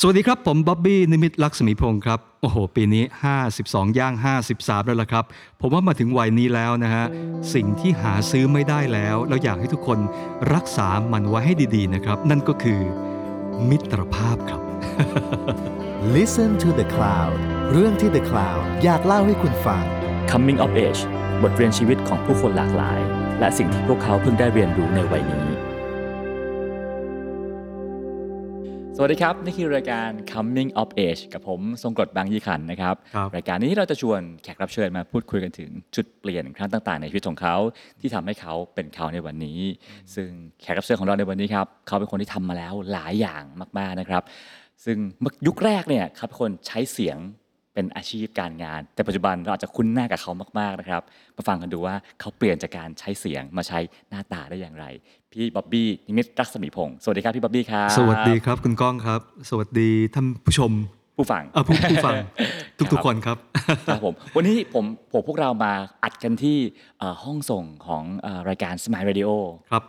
สวัสดีครับ ผมบ๊อบบี้นิมิตรลักษมีพงศ์ครับ โอ้โห ปีนี้ 52 ย่าง 53 แล้วล่ะครับ ผมว่ามาถึงวัยนี้แล้วนะฮะ สิ่งที่หาซื้อไม่ได้แล้ว เราอยากให้ทุกคนรักษามันไว้ให้ดีๆนะครับ นั่นก็คือมิตรภาพครับ Listen to the Cloud เรื่องที่ The Cloud อยากเล่าให้คุณฟัง Coming of Age บทเรียนชีวิตของผู้คนหลากหลาย และสิ่งที่พวกเขาเพิ่งได้เรียนรู้ในวัยนี้ สวัสดีครับ นี่คือรายการ Coming of Age กับผมทรงกรดบางยี่ขันนะครับ ครับ รายการนี้เราจะชวนแขกรับเชิญมาพูดคุยกันถึงจุดเปลี่ยนครั้งต่างๆ ในชีวิตของเขาที่ทำให้เขาเป็นเขาในวันนี้ ซึ่งแขกรับเชิญของเราในวันนี้ครับเขาเป็นคนที่ทำมาแล้วหลายอย่างมากๆนะครับ ซึ่งเมื่อยุคแรกเนี่ยเขาเป็นคนใช้เสียงเป็นอาชีพการงาน แต่ปัจจุบันเราอาจจะคุ้นหน้ากับเขามากๆนะครับมาฟังกันดูว่าเขาเปลี่ยนจากการใช้เสียงมาใช้หน้าตาได้อย่างไร พี่บ๊อบบี้นิมิตรรักษมีพงศ์สวัสดีครับพี่บ๊อบบี้ครับ สวัสดีครับคุณก้องครับ สวัสดีท่านผู้ชม ผู้ฟัง เอ่อผู้ผู้ ฟัง ทุก รับ ๆคนครับ ครับผมวันนี้ผมผมพวกเรามาอัดกันที่เอ่อห้องส่งของเอ่อรายการ Smile Radio ครับ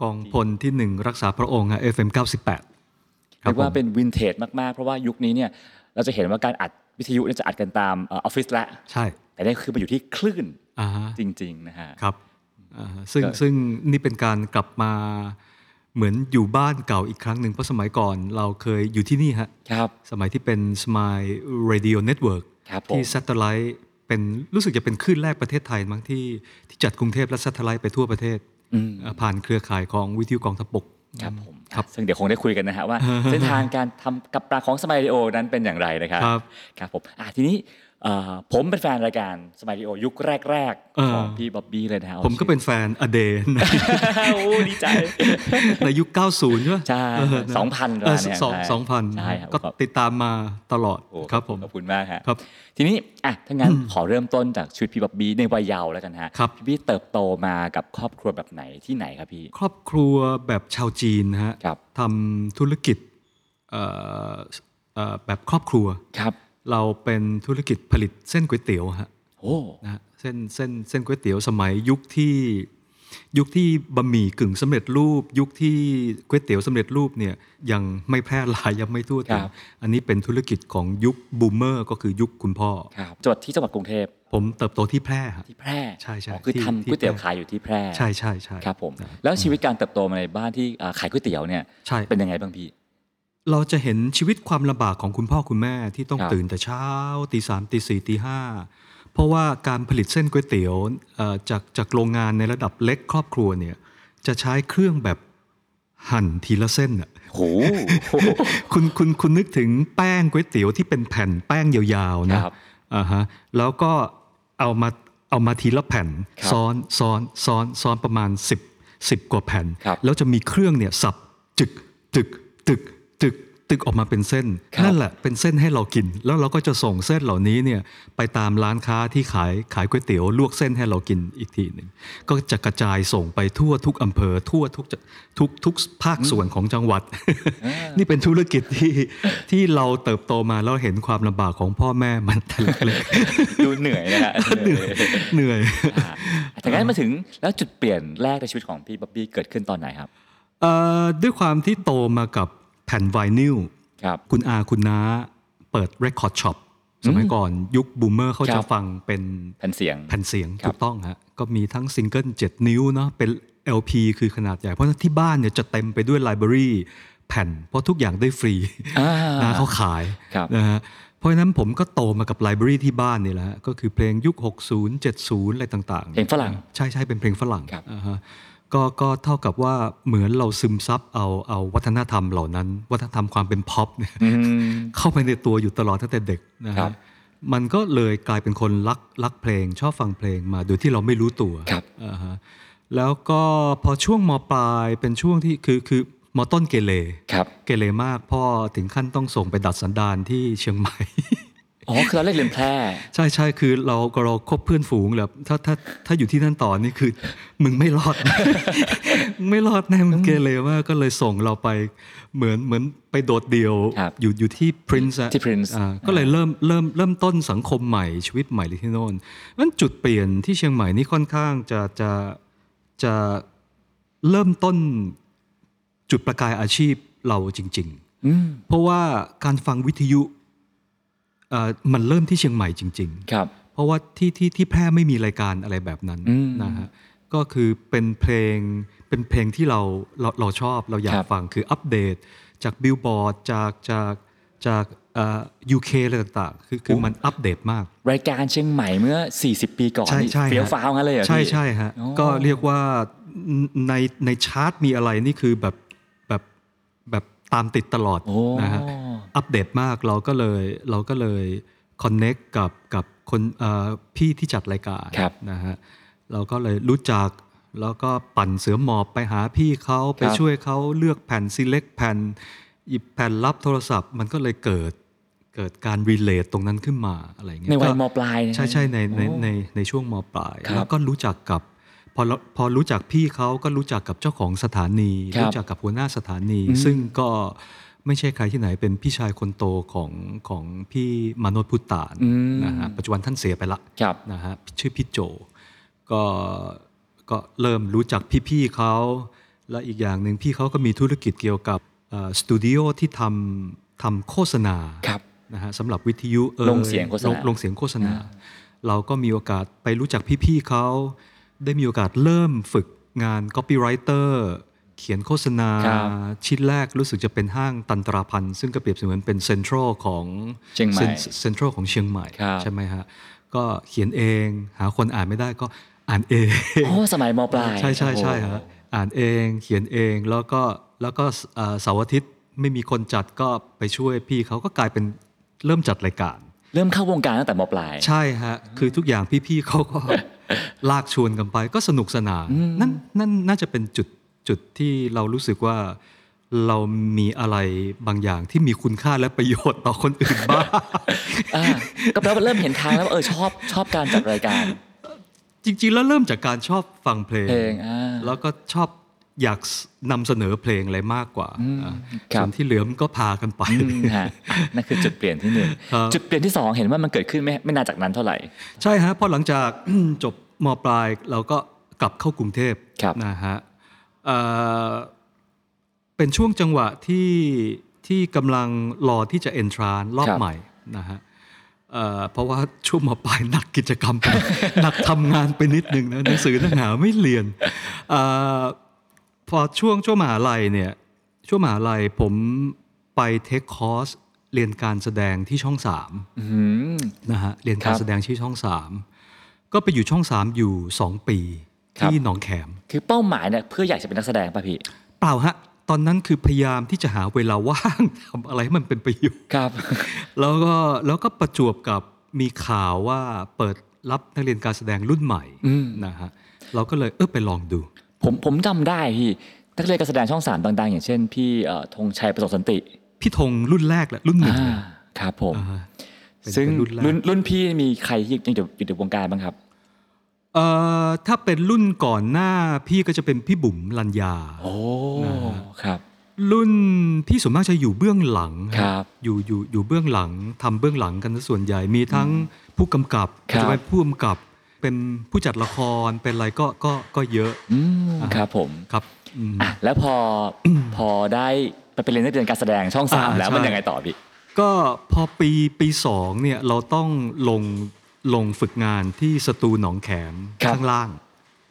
กองพลที่หนึ่งรักษาพระองค์ฮะ FM 98 ครั เรี บ ยกว่า ผม เป็นวินเทจมาก ๆ เพราะว่ายุคนี้เนี่ยเราจะเห็นว่าการอัดวิทยุเนี่ยจะอัดกันตามเอออฟฟิศละ ใช่ แต่นี่คือมาอยู่ที่คลื่น อ่าฮะ จริง ๆ นะฮะ ครับอ่าซึ่ง ก็ ซึ่งนี่เป็นการกลับมาเหมือนอยู่บ้านเก่าอีกครั้งหนึ่งเพราะสมัยก่อนเราเคยอยู่ที่นี่ฮะ ครับ สมัยที่เป็น Smile Radio Network ครับผม ที่ Satellite เป็นรู้สึกจะเป็นคลื่นแรกประเทศไทยมั้งที่ที่จัดกรุงเทพและ Satellite ไปทั่วประเทศ อืม อ่าผ่านเครือข่ายของวิทยุกองทัพบก ครับผม ครับ ซึ่งเดี๋ยวคงได้คุยกันนะฮะว่า เส้นทางการทำกับปลาของ Smile Radio นั้นเป็นอย่างไรนะครับ ครับ ครับผมอ่ะทีนี้เอ่อผมเป็นแฟนรายการ Smile Radio ยุคแรก เออ ๆ ของพี่บ๊อบบี้เลยนะฮะ ผมก็เป็นแฟนอเดน โอ้ดีใจ ในยุค 90 ใช่ไหม ใช่ เนะ สองพัน เออ เนี่ย สอง ใช่ สองพัน ใช่ครับ ก็ ครับ ติดตามมาตลอด โอ้ ครับผม ขอบคุณมากฮะ ครับ ทีนี้อ่ะถ้างั้นขอเริ่มต้นจากชีวิตพี่บ๊อบบี้ในวัยเยาว์แล้วกันฮะ ครับ พี่บี้เติบโตมากับครอบครัวแบบไหนที่ไหนครับพี่ ครอบครัวแบบชาวจีนนะฮะ ครับ ทำธุรกิจเอ่อเอ่อแบบครอบครัว ครับ เราเป็นธุรกิจผลิตเส้นก๋วยเตี๋ยวฮะ โอ้ นะฮะเส้นเส้นเส้นก๋วยเตี๋ยวสมัยยุคที่ยุคที่บะหมี่กึ่งสำเร็จรูป ยุคที่ก๋วยเตี๋ยวสำเร็จรูปเนี่ยยังไม่แพร่หลายยังไม่ทั่วถึงอันนี้เป็นธุรกิจของยุคบูมเมอร์ก็คือยุคคุณพ่อ ครับจังหวัดที่จังหวัดกรุงเทพ ผมเติบโตที่แพร่ฮะ ที่แพร่ ใช่ใช่ อ๋อคือ ที่ ทำ ที่ ก๋วยเตี๋ยว แพร่ ขายอยู่ที่แพร่ ใช่ใช่ใช่ ครับผม นะ แล้วชีวิตการเติบโตมาในบ้านที่อ่าขายก๋วยเตี๋ยวเนี่ย ใช่ เป็นยังไงบ้างพี่ เราจะเห็นชีวิตความลำบากของคุณพ่อคุณแม่ที่ต้อง ครับ ตื่นแต่เช้าตีสามตีสี่ตีห้าเพราะว่าการผลิตเส้นก๋วยเตี๋ยวเอ่อจากจากโรงงานในระดับเล็กครอบครัวเนี่ยจะใช้เครื่องแบบหั่นทีละเส้นน่ะ โห คุณคุณคุณนึกถึงแป้งก๋วยเตี๋ยวที่เป็นแผ่นแป้งยาวๆนะครับ อ่าฮะแล้วก็เอามาเอามาทีละแผ่น ครับ ซ้อนซ้อนซ้อนซ้อนประมาณ 10 10 กว่าแผ่น ครับ แล้วจะมีเครื่องเนี่ยสับจึกจึกจึกจึกจึกออกมาเป็นเส้น ครับ นั่นแหละเป็นเส้นให้เรากิน แล้วเราก็จะส่งเส้นเหล่านี้เนี่ยไปตามร้านค้าที่ขายขายก๋วยเตี๋ยวลวกเส้นให้เรากินอีกทีหนึ่งก็จะกระจายส่งไปทั่วทุกอำเภอ ทั่วทุกจะทุกทุกภาคส่วนของจังหวัด นี่เป็นธุรกิจที่ที่เราเติบโตมาแล้วเห็นความลำบากของพ่อแม่มันแต่เล็ก ดูเหนื่อยนะฮะ ๆ เหนื่อยเหนื่อย อ่าแต่งั้นมาถึงแล้วจุดเปลี่ยนแรกในชีวิตของพี่บ๊อบบี้เกิดขึ้นตอนไหนครับ เอ่อด้วยความที่โตมากับแผ่นไวนิล ครับ คุณอาคุณน้าเปิด Record Shop สมัยก่อนยุคบูมเมอร์เขา ครั จะ บ ฟังเป็น แผ่นเสียง แผ่นเสียง ครับ ถูกต้องฮะก็มีทั้งซิงเกิล7 นิ้วเนาะเป็น LP คือขนาดใหญ่ เพราะฉะนั้นที่บ้านเนี่ยจะเต็มไปด้วยไลบรารีแผ่น เพราะทุกอย่างได้ฟรี อ่า นะเขาขาย ครับ นะฮะเพราะฉะนั้นผมก็โตมากับไลบรารีที่บ้านเนี่ยแหละฮะก็คือเพลงยุค 60 70 อะไรต่างๆ เพลงฝรั่ง ใช่ใช่เป็นเพลงฝรั่ง ครับ อ่าฮะก็ก็เท่ากับว่าเหมือนเราซึมซับเอาเอาวัฒนธรรมเหล่านั้น วัฒนธรรมความเป็นพ็อปเนี่ย อืม เข้าไปในตัวอยู่ตลอดตั้งแต่เด็กนะ ครั ฮะ บ มันก็เลยกลายเป็นคนรักรักเพลง ชอบฟังเพลงมาโดยที่เราไม่รู้ตัว ครับ อ่าฮะแล้วก็พอช่วงมปลายเป็นช่วงที่คือคือมอต้นเกเร ครับ เกเรมากพ่อถึงขั้นต้องส่งไปดัดสันดานที่เชียงใหม่ อ๋อ คือเราเล่นเรียนแพร่ ใช่ใช่คือเราเราคบเพื่อนฝูงแบบถ้าถ้าถ้าอยู่ที่นั่นต่อนี่คือ มึงไม่รอด มึงไม่รอดแน่มึงเกเรมากก็เลยส่งเราไปเหมือนเหมือนไปโดดเดี่ยว ครับ อยู่อยู่ที่ Prince อะ ที่ Prince อ่าก็เลยเริ่มเริ่มเริ่มต้นสังคมใหม่ชีวิตใหม่เลยที่โน่นนั้นจุดเปลี่ยนที่เชียงใหม่นี่ค่อนข้างจะจะจะเริ่มต้นจุดประกายอาชีพเราจริง ๆ อืม เพราะว่าการฟังวิทยุเอ่อมันเริ่มที่เชียงใหม่จริง ๆ ครับ เพราะว่าที่ที่ที่แพร่ไม่มีรายการอะไรแบบนั้น อืม นะฮะก็คือเป็นเพลงเป็นเพลงที่เราเราเราชอบเราอยา ค ก รับ ฟังคืออัปเดต จากบิลบอร์ดจากจากจากเอ่อยูเคอะไรต่างๆ คือคือ โอ้ มันอัปเดตมาก รายการเชียงใหม่เมื่อ 40 ปีก่อน ใช่ นี่ ใช่ฮะ เฟี้ยวฟ้าวงั้นเลยเหรอ ใช่ พี่ ใช่ฮะ อ๋อ ก็เรียกว่าในในชาร์ตมีอะไรนี่คือแบบแบบแบบตามติดตลอด โอ้ นะฮะ อัปเดตมากเราก็เลยเราก็เลยคอนเน็กกับกับคนเอ่อพี่ที่จัดรายการ ครับ นะฮะเราก็เลยรู้จักแล้วก็ปั่นเสือหมอบไปหาพี่เขาไป ครับ ช่วยเขาเลือกแผ่น select แผ่นหยิบแผ่นรับโทรศัพท์ มันก็เลยเกิดเกิดการ relate ตรงนั้นขึ้นมาอะไรเงี้ย ในวัย ก็ มปลายนะ ใช่ใช่ในใน โอ้ ในในช่วงมปลาย ครับ แล้วก็รู้จักกับพอเราพอรู้จักพี่เขาก็รู้จักกับเจ้าของสถานี ครับ รู้จักกับหัวหน้าสถานี อืม ซึ่งก็ไม่ใช่ใครที่ไหนเป็นพี่ชายคนโตของของพี่มานพพุตตาน อืม นะฮะปัจจุบันท่านเสียไปละ ครับ นะฮะชื่อพี่โจก็ก็เริ่มรู้จักพี่ๆเขาและอีกอย่างหนึ่งพี่เขาก็มีธุรกิจเกี่ยวกับเอ่อสตูดิโอที่ทำทำโฆษณา ครับ นะฮะสำหรับวิทยุเอ่ ลงเสียงโฆษณา ลลงเสียงโฆษณา เราก็มีโอกาสไปรู้จักพี่ๆเขาได้มีโอกาสเริ่มฝึกงาน Copywriter เขียนโฆษณา ครับ ชิ้นแรกรู้สึกจะเป็นห้างตันตราพันธ์ซึ่งก็เปรียบเสมือนเป็นเซ็นทรัลของ เชียงใหม่ เซ็นทรัลของเชียงใหม่ ครับ ใช่ไหมฮะ ก็เขียนเอง หาคนอ่านไม่ได้ก็อ่านเอง โอ้สมัยมปลาย ใช่ใช่ใช่ โอ้ ฮะอ่านเองเขียนเองแล้วก็แล้วก็สอ่าเสาร์อาทิตย์ไม่มีคนจัดก็ไปช่วยพี่เขาก็กลายเป็นเริ่มจัดรายการ เริ่มเข้าวงการตั้งแต่มปลาย ใช่ฮะคือทุกอย่างพี่ๆเขา ก็ ลากชวนกันไปก็สนุกสนานนั่นนั่นน่าจะเป็นจุดจุดที่เรารู้สึกว่า เรามีอะไรบางอย่างที่มีคุณค่าและประโยชน์ต่อคนอื่นบ้าง อ่าก็แปลว่าเริ่มเห็นทางแล้วว่าเออชอบชอบการจัดรายการ จริงๆ แล้วเริ่มจากการชอบฟังเพลง เพลงอ่า แล้วก็ชอบอยากนำเสนอเพลงอะไรมากกว่า อืม อ่ะ ครับ ส่วนที่เหลือมันก็พากันไป อืมฮะนั่นคือจุดเปลี่ยนที่หนึ่ง ครับ จุดเปลี่ยนที่สองเห็นว่ามันเกิดขึ้นไม่ไม่นานจากนั้นเท่าไหร่ ใช่ฮะพอหลังจาก จบมปลายเราก็กลับเข้ากรุงเทพ ครับ นะฮะเอ่อเป็นช่วงจังหวะที่ที่กำลังรอที่จะเอนทรานรอบใหม่นะฮะเอ่อเพราะว่าช่วงมปลายหนักกิจกรรมไป หนักทำงานไปนิดนึงนะหนังสือหนังหาไม่เรียนเอ่อพอช่วงช่วงมหาลัยเนี่ยช่วงมหาลัยผมไปเทคคอร์สเรียนการแสดงที่ช่องสาม อื้อหือ นะฮะเรียน คการัร บ แสดงที่ช่องสามก็ไปอยู่ช่องสามอยู่ 2 ปี ครับ ที่หนองแขม คือเป้าหมายเนี่ยเพื่ออยากจะเป็นนักแสดงป่ะพี่ เปล่าฮะ ตอนนั้นคือพยายามที่จะหาเวลาว่าง ทำอะไรให้มันเป็นประโยชน์ ครับ แล้วก็แล้วก็ประจวบกับมีข่าวว่าเปิดรับนักเรียนการแสดงรุ่นใหม่ อืม นะฮะเราก็เลยเออไปลองดู ผมผมจำได้พี่นักเรียนการแสดงช่องสามดังๆ อย่างเช่น พี่เอ่อธงชัยประสบสันติ พี่ธงรุ่นแรกแหละรุ่นหนึ่งเลย อ่าครับผม อ่าฮะเป็น ซึ่ง เป็น รุ่ รุ่นแรก นรุ่นพี่มีใครที่ยังอยู่อยู่ในวงการบ้างครับ เอ่อถ้าเป็นรุ่นก่อนหน้าพี่ก็จะเป็นพี่บุ๋มลัญญา โอ้ครับ รุ่นพี่ส่วนมากจะอยู่เบื้องหลังฮะ ครับ อยู่อยู่อยู่เบื้องหลังทำเบื้องหลังกันซะส่วนใหญ่มีทั้งผู้กำกับ ครับ จะเป็นผู้กำกับ เป็นผู้จัดละครเป็นอะไรก็ก็ก็เยอะ อืมครับผม ครับอืม อ่ะแล้วพออพอได้ไปเป็นเรียนนักเรียนการแสดงช่องสาม อ่า แล้วมัน ใช่ ยังไงต่อพี่ ก็พอปีปีสองเนี่ยเราต้องลงลงฝึกงานที่สตูหนองแขม ครับ ข้างล่าง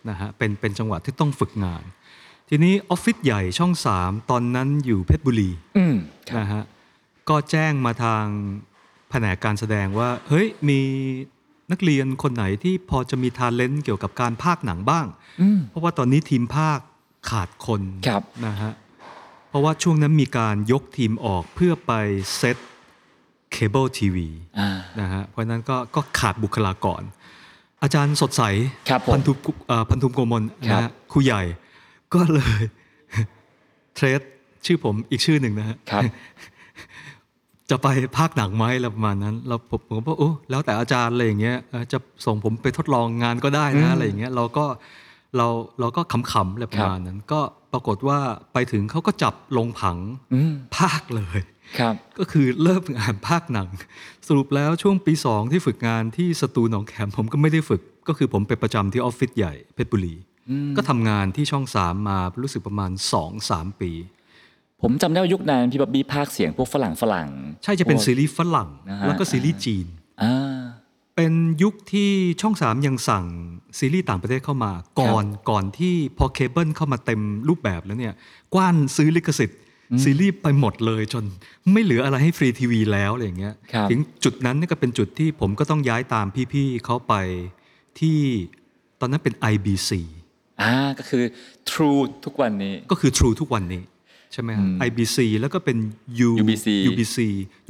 นะฮะเป็นเป็นจังหวัดที่ต้องฝึกงาน ทีนี้ออฟฟิศใหญ่ช่องสามตอนนั้นอยู่เพชรบุรี อืมครับ นะฮะก็แจ้งมาทางแผนกการแสดงว่า เฮ้ย มีนักเรียนคนไหนที่พอจะมีทาเลนต์เกี่ยวกับการภาคหนังบ้าง อืม เพราะว่าตอนนี้ทีมภาคขาดคน ครับ นะฮะเพราะว่าช่วงนั้นมีการยกทีมออกเพื่อไปเซตเคเบิลทีวี อ่า นะฮะเพราะฉะนั้นก็ก็ขาดบุคลากร อาจารย์สดใส ครับผม พันธุกุเอ่อพันธุมโกมล ครั นะ บ ฮะครูใหญ่ก็เลย เทรดชื่อผมอีกชื่อหนึ่งนะฮะ ครับ จะไปภาคหนังไหมอะไรประมาณนั้น เราผมผมก็บอกโอ้แล้วแต่อาจารย์อะไรอย่างเงี้ยเอ่อจะส่งผมไปทดลองงานก็ได้ อืม นะอะไรอย่างเงี้ยเราก็เราเราก็ขำๆอะไรประมาณนั้น ก็ปรากฏว่าไปถึงเขาก็จับลงผัง อืม ภาคเลย ครับ ก็คือเริ่มงานภาคหนัง สรุปแล้วช่วงปีสองที่ฝึกงานที่สตูหนองแขมผมก็ไม่ได้ฝึก ก็คือผมไปประจำที่ออฟฟิศใหญ่เพชรบุรี ก็ทำงานที่ช่องสามมารู้สึกประมาณสองสามปี ผมจำได้ว่ายุคนั้นพี่บ๊อบบี้พากย์เสียงพวกฝรั่งฝรั่ง ใช่จะเป็นซีรีส์ฝรั่ง นะฮะ แล้วก็ซีรีส์จีน อ่า เป็นยุคที่ช่องสามยังสั่งซีรีส์ต่างประเทศเข้ามา ก่อนก่อนที่พอเคเบิลเข้ามาเต็มรูปแบบแล้วเนี่ยกว้านซื้อลิขสิทธิ์ซีรีส์ไปหมดเลยจนไม่เหลืออะไรให้ฟรีทีวีแล้วอะไรอย่างเงี้ย ครับ ถึงจุดนั้นเนี่ยก็เป็นจุดที่ผมก็ต้องย้ายตามพี่ๆเขาไปที่ตอนนั้นเป็น IBC อ่าก็คือ True ทุกวันนี้ ก็คือ True ทุกวันนี้ ใช่ไหมฮะ IBC แล้วก็เป็น U UBC UBC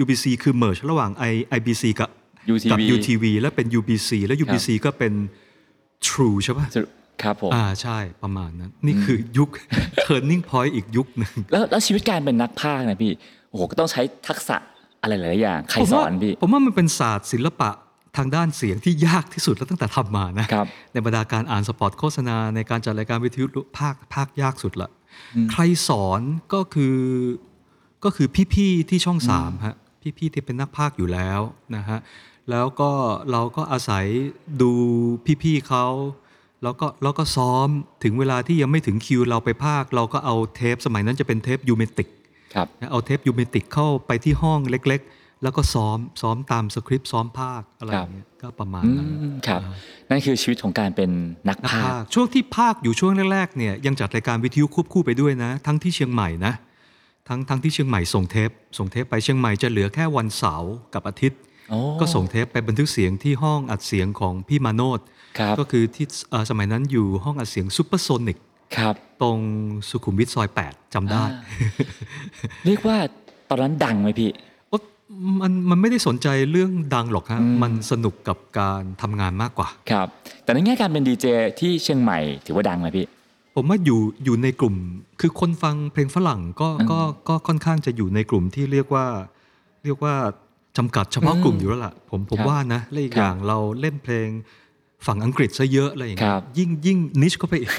UBC คือ merge ระหว่าง I IBC กับ UTV กับ UTV แล้วเป็น UBC แล้ว UBC ก็เป็น True ใช่ป่ะ ครับผม อ่าใช่ประมาณนั้น นี่คือยุค turning point อีกยุคหนึ่ง แล้วแล้วชีวิตการเป็นนักพากย์นะพี่โอ้โหก็ต้องใช้ทักษะอะไรหลายๆอย่าง ใคร ผม สอ ว่าน พี่ ผมว่ามันเป็นศาสตร์ศิลปะทางด้านเสียงที่ยากที่สุดแล้วตั้งแต่ทำมานะ ครับ ในบรรดาการอ่านสปอตโฆษณาในการจัดรายการวิทยุภาคภาคยากสุดละ ใครสอนก็คือก็คือพี่ๆที่ช่องสามฮะพี่ๆที่เป็นนักภาคอยู่แล้วนะฮะแล้วก็เราก็อาศัยดูพี่ๆเขาแล้วก็แล้วก็ซ้อมถึงเวลาที่ยังไม่ถึงคิวเราไปภาค เราก็เอาเทปสมัยนั้นจะเป็นเทปยูเมติก ครับ นะเอาเทปยูเมติกเข้าไปที่ห้องเล็กๆ แล้วก็ซ้อมซ้อมตามสคริปต์ซ้อมภาคอะไร ครัอบย่างเงี้ยก็ประมาณ อื นั้น มครับ นั่นคือชีวิตของการเป็นนัก นะ พาก ภา ย์ คช่วงที่ภาคอยู่ช่วงแรกๆเนี่ยยังจัดรายการวิทยุควบคู่ไปด้วยนะ ทั้งที่เชียงใหม่นะทั้งทั้งที่เชียงใหม่ส่งเทป ส่งเทปไปเชียงใหม่จะเหลือแค่วันเสาร์กับอาทิตย์ โอ้ ก็ส่งเทปไปบันทึกเสียงที่ห้องอัดเสียงของพี่มาโนด ครับ ก็คือที่เอ่อสมัยนั้นอยู่ห้องอัดเสียงซูเปอร์โซนิก ครับ ตรงสุขุมวิทซอย 8จำได้ อ่ เรียกว่าตอนนั้นดังไหมพี่ โอ๊ะมันมันไม่ได้สนใจเรื่องดังหรอกฮะ อืม มันสนุกกับการทำงานมากกว่า ครับ แต่ในแง่การเป็นดีเจที่เชียงใหม่ถือว่าดังไหมพี่ ผมว่าอยู่อยู่ในกลุ่ม คือคนฟังเพลงฝรั่งก็ก็ก็ค่อนข้างจะอยู่ในกลุ่มที่เรียกว่า เรียกว่าจำกัดเฉพาะกลุ่มอยู่แล้วล่ะ ผมผม ครับ ว่านะและอีก ครับ อย่างเราเล่นเพลงฝั่งอังกฤษซะเยอะอะไรอย่าง ค เงี้ รั ย บ ยิ่งยิ่งนิชเข้าไปอีก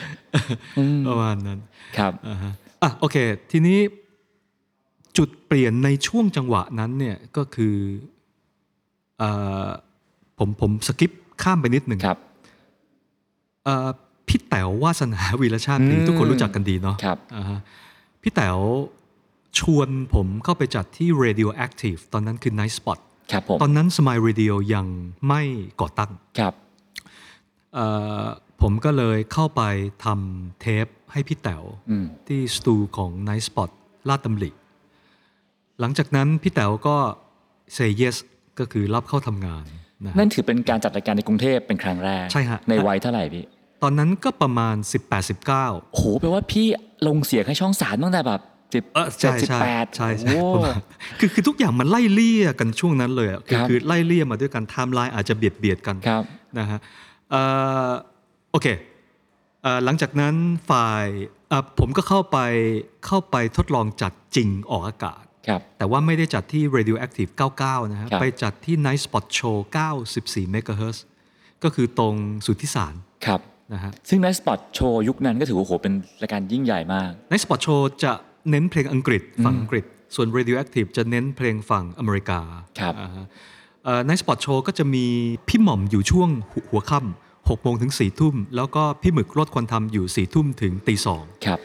ประมาณนั้น ครับ อ่าฮะอ่ะโอเค ทีนี้จุดเปลี่ยนในช่วงจังหวะนั้นเนี่ยก็คือเออผมผมสกิปข้ามไปนิดหนึ่ง ครับ เอ่อพี่แต๋ววาสนาวีรชาติ อืม ทุกคนรู้จักกันดีเนาะ ครับ อ่าฮะพี่แต๋วชวนผมเข้าไปจัดที่ Radio Active ตอนนั้นคือ Night Spot ครับผม ตอนนั้น Smile Radio ยังไม่ก่อตั้ง ครับ เอ่อผมก็เลยเข้าไปทำเทปให้พี่แต๋ว อืม ที่สตูของ Night Spot ลาดตำลิหลังจากนั้นพี่แต๋วก็ say yes ก็คือรับเข้าทำงานนะฮะ นั่นถือเป็นการจัดรายการในกรุงเทพเป็นครั้งแรก ใช่ฮะ ในวัยเท่าไหร่พี่ ตอนนั้นก็ประมาณ โอ้โหแปลว่าพี่ลงเสียงให้ช่องสารตั้งแต่แบบสิบ 18-19เออใช่ สิบ ใช่ แปด ใช่ใช่ โอ้ ประมาณคือคือทุกอย่างมันไล่เลี่ยกันช่วงนั้นเลยอะคือ ครับ คือไล่เลี่ยมาด้วยกันไทม์ไลน์อาจจะเบียดเบียดกัน ครับ นะฮะเอ่อโอเคเอ่อหลังจากนั้นฝ่ายเอ่อผมก็เข้าไปเข้าไปทดลองจัดจริงออกอากาศ ครับ แต่ว่าไม่ได้จัดที่ Radioactive 99 นะฮะ ครับ ไปจัดที่ Night Spot Show 94 m h z ก็คือตรงสุทธิสาร ครับ นะฮะ ซึ่งในสปอตโชว์ยุคนั้นก็ถือว่าโอ้โหเป็นรายการยิ่งใหญ่มาก Night Spot Show จะเน้นเพลงอังกฤษฝั่งอังกฤษ ส่วน Radioactive จะเน้นเพลงฝั่งอเมริกา ครับ อ่าฮะเอ่อ Night Spot Show ก็จะมีพี่หม่อมอยู่ช่วงหัวหัวค่ำ6โมงถึง4ทุ่ม แล้วก็พี่หมึกรถควันทำอยู่4ทุ่มถึงตีสอง ครับ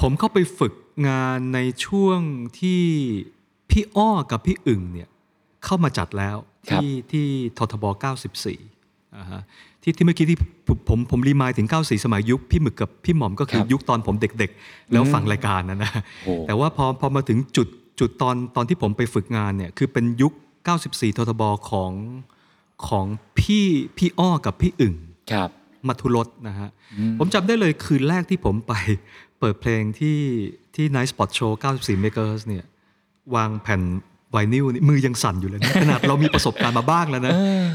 ผมเข้าไปฝึกงานในช่วงที่พี่อ้อกับพี่อึ่งเนี่ยเข้ามาจัดแล้ว ครับ ที่ที่ททบ 94อ่าฮะที่ที่เมื่อกี้ที่ผมผมผมรีมายถึง 94 สมัยยุคพี่หมึกกับพี่หม่อมก็คือยุคตอนผมเด็กๆ แล้วฟังรายการนะนะ โอ้ แต่ว่าพอพอมาถึงจุดจุดตอนตอนที่ผมไปฝึกงานเนี่ยคือเป็นยุค 94 ททบ ของของพี่พี่อ้อกับพี่อึ่ง ครับ มัทุรสนะฮะ ผมจำได้เลยคืนแรกที่ผมไป เปิดเพลงที่ที่ Night Spot Show 94 m e g a h z เนี่ยวางแผ่นไวนิลนี่มือยังสั่นอยู่เลยนะ ขนาดเรามีประสบการณ์มาบ้างแล้วนะ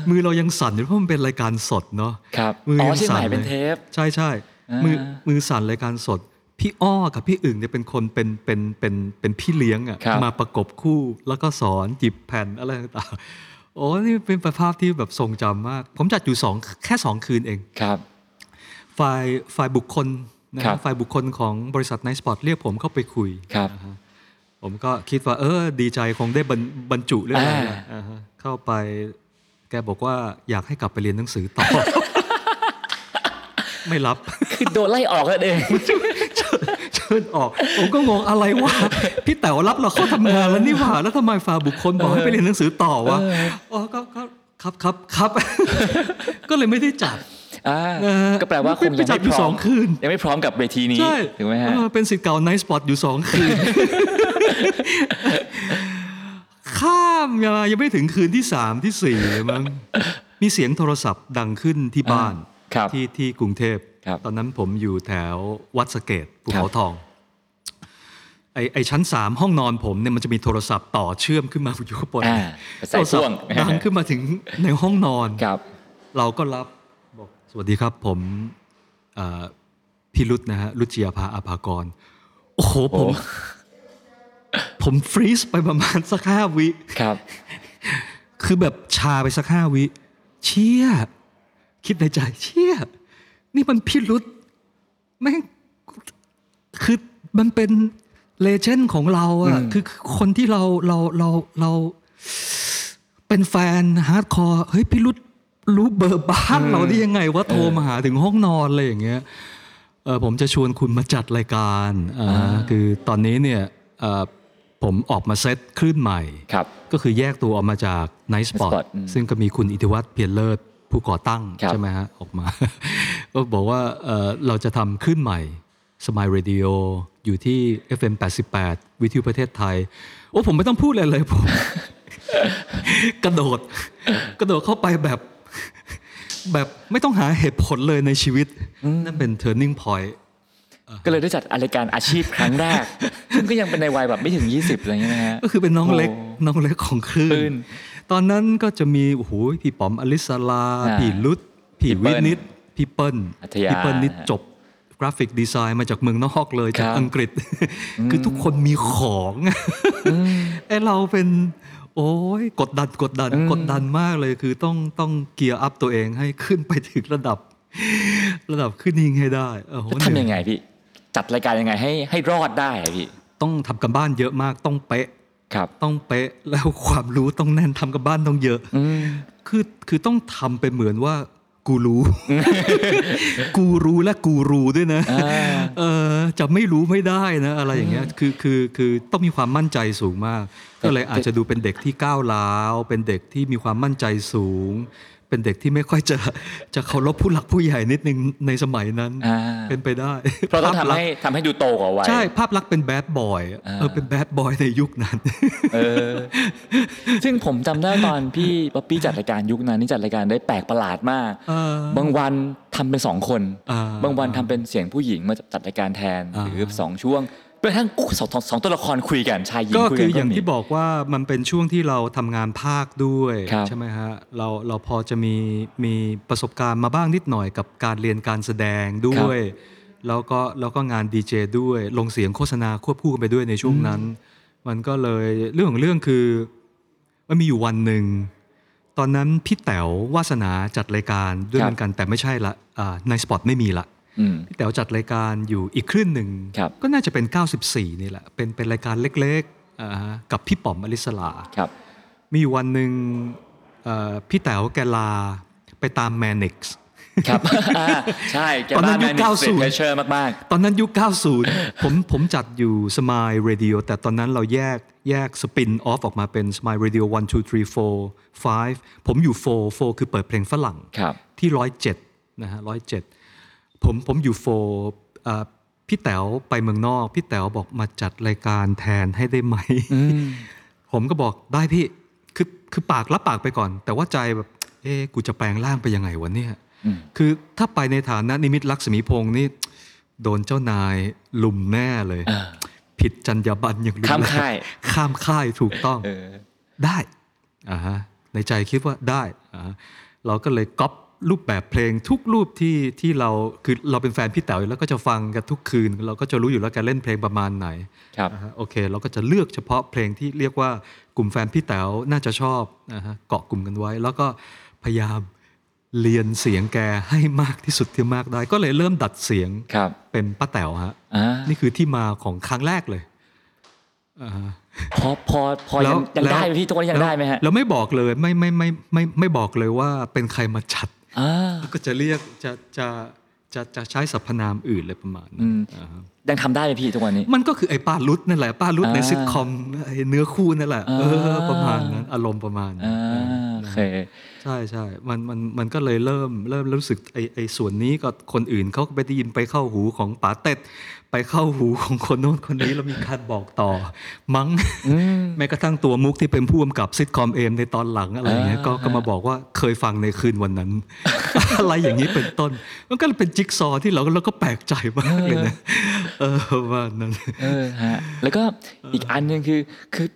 มือเรายังสั่นอยู่เพราะมันเป็นรายการสดเนาะ ครับ มือ อ๋อ ยัง ที่ สั่ ห น มายเป็น ลย เทป ใช่ใช่ อ่ามื มือมือสั่นรายการสด พี่อ้อกับพี่อึ่งเนี่ยเป็นคนเป็นเป็นเป็นเป็นพี่เลี้ยง ครั อะ่ะ บ มาประกบคู่แล้วก็สอนจิบแผ่นอะไรต่างๆโอ้นี่เป็นภาพที่แบบทรงจำมาก ผมจัดอยู่สองแค่สองคืนเอง ครับ ฝ่ายฝ่ายบุคคลนะ ครั ฮะ บ ฝ่ายบุคคลของบริษัทไนสปอร์ตเรียกผมเข้าไปคุย ครับ ผมก็คิดว่า เออ ดีใจคงได้บรรบรรจุเรื่องอะไร อ่า นะอ่าฮะเข้าไปแกบอกว่าอยากให้กลับไปเรียนหนังสือต่ อ ไม่รับ คือโดนไล่ออกนั่นเอง เชิญออก ผมก็งงอะไรวะพี่แต๋วรับเราเข้าทำงานแล้วนี่หว่าแล้วทำไมฝ่าบุคคลบอกให้ไปเรียนหนังสือต่อวะอ๋อก็ก็ครับครับครับ ก็เลยไม่ได้จัด อ่า นะฮะ ก็แปลว่าคงยัง ไปจัดอไม่ยู่ พร้ ส อ อ ม งคืน ยังไม่พร้อมกับเวทีนี้ ใช่ ถูกไหมฮะ เออเป็นสิทธิ์เก่าไนท์สปอตอยู่สองคืน ข้ามมายังไม่ถึงคืนที่สามที่สี่เลย มั้งมีเสียงโทรศัพท์ดังขึ้นที่บ้าน ครับ ที่ที่กรุงเทพ ครับ ตอนนั้นผมอยู่แถววัดสะเกตภูเขา ครับ ทอง ไอไอชั้นสามห้องนอนผมเนี่ยมันจะมีโทรศัพท์ต่อเชื่อมขึ้นมาอยู่ข้างบน อ่าเป็นสาย โทรศัพ พ่วง ท์ดังขึ้นมาถึงในห้องนอน ครับ เราก็รับบอกสวัสดีครับผมเอ่อพี่รุตนะฮะรุจิยาภาอาภากร โอ้โหผม โอ้ ผมฟรีซไปประมาณสักห้าวิ ครับ คือแบบชาไปสักห้าวิ เชี่ย คิดในใจ เชี่ย นี่มันพิรุษแม่งคือมันเป็นเลเจนด์ของเราอะคือคือคนที่เราเราเราเรา เป็นแฟนฮาร์ดคอร์เฮ้ยพิรุษรู้เบอร์บ้านเราได้ยังไงว่าโทรมาหาถึงห้องนอนอะไรอย่างเงี้ย เออผมจะชวนคุณมาจัดรายการอ่าคือตอนนี้เนี่ยเอ่อผมออกมาเซตคลื่นใหม่ ครับ ก็คือแยกตัวออกมาจาก Night Spot Spot อืม ซึ่งก็มีคุณอิทธิวัฒน์เพียรเลิศผู้ก่อตั้ง ครับ ใช่ไหมฮะ ออกมา ก็บอกว่าเอ่อเราจะทำขึ้นใหม่ สมายเรดิโออยู่ที่ FM 88 วิทยุประเทศไทย โอ้ผมไม่ต้องพูดอะไรเลยผม กระโดด กระโดดเข้าไปแบบ แบบไม่ต้องหาเหตุผลเลยในชีวิต นั่นเป็น turning point ก็เลยได้จัดรายการอาชีพครั้งแร ก ซึ่งก็ยังเป็นในวัยแบบไม่ถึง 20อะไรอย่างเงี้ยนะฮะ ก็คือเป็นน้องเล็ก โอ้ น้องเล็กของคลื่ คลื่ น น ตอนนั้นก็จะมีโอ้โหพี่ป๋อมอลิสลา อ่า พี่ลุดพี่ พี่เปิ้ วิ ล นิตพี่เปิ้ล อัธยา พี่เปิ้ลนี่ ฮะ จบกราฟิกดีไซน์มาจากเมืองนอกเลย ครั จาก บ อังกฤษ คือทุกคนมีของไอเราเป็น โอ้ยกดดันกดดันกดดันมากเลยคือต้องต้องเกียร์อัพตัวเองให้ขึ้นไปถึงระดับ ระดับขึ้นยิงให้ได้โอ้โห แล้ว เหนื่ ทำ อ ยังไงพี่ จัดรายการยังไงให้ให้รอดได้อะพี่ ต้องทำกันบ้านเยอะมากต้องเป๊ะ ครับ ต้องเป๊ะ แล้วความรู้ต้องแน่นทำกับบ้านต้องเยอะคือคือต้องทำเป็นเหมือนว่ากู รู้ กูรู้และกูรู้ด้วยนะเออจะไม่รู้ไม่ได้นะ อะไรอย่างเงี้ยคือคือคือต้องมีความมั่นใจสูงมาก ก็เลยอาจจะดูเป็นเด็กที่ก้าวร้าว เป็นเด็กที่มีความมั่นใจสูง เป็นเด็กที่ไม่ค่อยจะจะเคารพผู้หลักผู้ใหญ่นิดนึงในสมัยนั้น อ่า เป็นไปได้ เพราะต้อง ภพ ทำ ลักษ ให้ ณ์ ทำให้ดูโตกว่าวัย ใช่ภาพลักษณ์เป็นแบดบอย อ่า เออเป็นแบดบอยในยุคนั้น เออ ซึ่งผมจำได้ตอนพี่ป๊อปปี้จัดรายการยุคนั้นนี่จัดรายการได้แปลกประหลาดมาก เออบ างวันทำเป็นสองคน อ่า บางวันทำเป็นเสียงผู้หญิงมาจัดรายการแทน อ่า หรือสองช่วงกระทั่งสองสองตัวละครคุยกันชายหญิง ก็ คุย คื กั อน อย่าง มี ที่บอกว่ามันเป็นช่วงที่เราทำงานภาคด้วย ครับ ใช่ไหมฮะเราเราพอจะมีมีประสบการณ์มาบ้างนิดหน่อยกับการเรียนการแสดงด้วย แล้วก็แล้วก็งานดีเจด้วย ลงเสียงโฆษณาควบคู่กันไปด้วยในช่วงนั้น มันก็เลยเรื่องของเรื่องคือมันมีอยู่วันหนึ่ง ตอนนั้นพี่แต๋ววาสนาจัดรายการด้วยเหมือนกันแต่ไม่ใช่ละอ่าในสปอตไม่มีละ อืม พี่แต๋วจัดรายการอยู่อีกคลื่นหนึ่ง ครับ ก็น่าจะเป็น 94 นี่แหละ เป็นเป็นรายการเล็กๆอ่าฮะกับพี่ป๋อมอลิสลา ครับ มีอยู่วันหนึ่งเอ่อพี่แต๋วแกลาไปตามแมนิกซ์ ครับ อ่าใช่แก ตอนนั้ บ้าน นแม ยุค นิสเต 90 เพเชอร์มาก ตอนนั้นยุค 90 ผมผมจัดอยู่สมายเรดิโอแต่ตอนนั้นเราแยกแยกสปินออฟออกมาเป็นสมายเรดิโอ1 2 3 4 5 ผมอยู่ 4 4 คือเปิดเพลงฝรั่ง ๆ ครับ ที่ร้อยเจ็ดนะฮะร้อยเจ็ดผมผมอยู่โฟร์อ่าพี่แต๋วไปเมืองนอก พี่แต๋วบอกมาจัดรายการแทนให้ได้ไหม ผมก็บอกได้พี่คือคือปากรับปากไปก่อน แต่ว่าใจแบบเอ๊ะกูจะแปลงร่างไปยังไงวะเนี่ยคือถ้าไปในฐานะนิมิตรลักษมีพงษ์นี่โดนเจ้านายลุมแน่เลย ผิดจรรยาบรรณอย่างรุนแรง ข้ามค่าย ข้ามค่ายถูกต้อง เออ ได้อ่าฮะในใจคิดว่าได้อ่าฮะเราก็เลยก๊อปรูปแบบเพลงทุกรูปที่ที่เราคือเราเป็นแฟนพี่แต๋วอยู่แล้วก็จะฟังกันทุกคืน เราก็จะรู้อยู่แล้วแกเล่นเพลงประมาณไหน ครับ อ่าฮะโอเค เราก็จะเลือกเฉพาะเพลงที่เรียกว่ากลุ่มแฟนพี่แต๋วน่าจะชอบนะฮะเกาะกลุ่มกันไว้ แล้วก็พยายามเรียนเสียงแกให้มากที่สุดที่มากได้ ก็เลยเริ่มดัดเสียง ครับ เป็นป้าแต๋วฮะ อ่า นี่คือที่มาของครั้งแรกเลยอ่าฮะ พอ พอ พอยังยังได้ไหมพี่ทุกวันนยังได้ไหมฮะ แล้วไม่บอกเลยไม่ไม่ไม่ไม่ไม่ไม่บอกเลยว่าเป็นใครมาจัด อ่า แล้วก็จะเรียกจะจะ จะจะใช้สรรพนามอื่นเลยประมาณนั้ อื น ม อ่าฮะ ยังทำได้ไหมพี่ทุกวันนี้ มันก็คือไอ้ป้าลุดนั่นแหละป้าลุดใน อ่า ซิทคอมไอ้เนื้อคู่นั่นแหละเอออา ประมาณนั้นอารมณ์ประมาณนั้ อ่าน เออ โอ นะ เค ฮะ ใช่ใช่ มันมันมันก็เลยเริ่มเริ่มรู้สึกไอไอส่วนนี้ก็คนอื่นเขาก็ไปได้ยินไปเข้าหูของป๋าเต็ด ไปเข้าหูของคนโน้นคนนี้แล้วมีการบอกต่อ มั้ง อืม แม้กระทั่งตัวมุกที่เป็นผู้กำกับซิทคอมเอมในตอนหลังอะไรอย่างเงี้ย อ่า ก็ก็มาบอกว่าเคยฟังในคืนวัน นั้น อะไรอย่างนี้เป็นต้น มันก็เลยเป็นจิ๊กซอว์ที่เราเราก็แปลกใจมากเลยนะเออประมาณนั้น เออฮะแล้วก็อีกอันหนึ่งคือคือ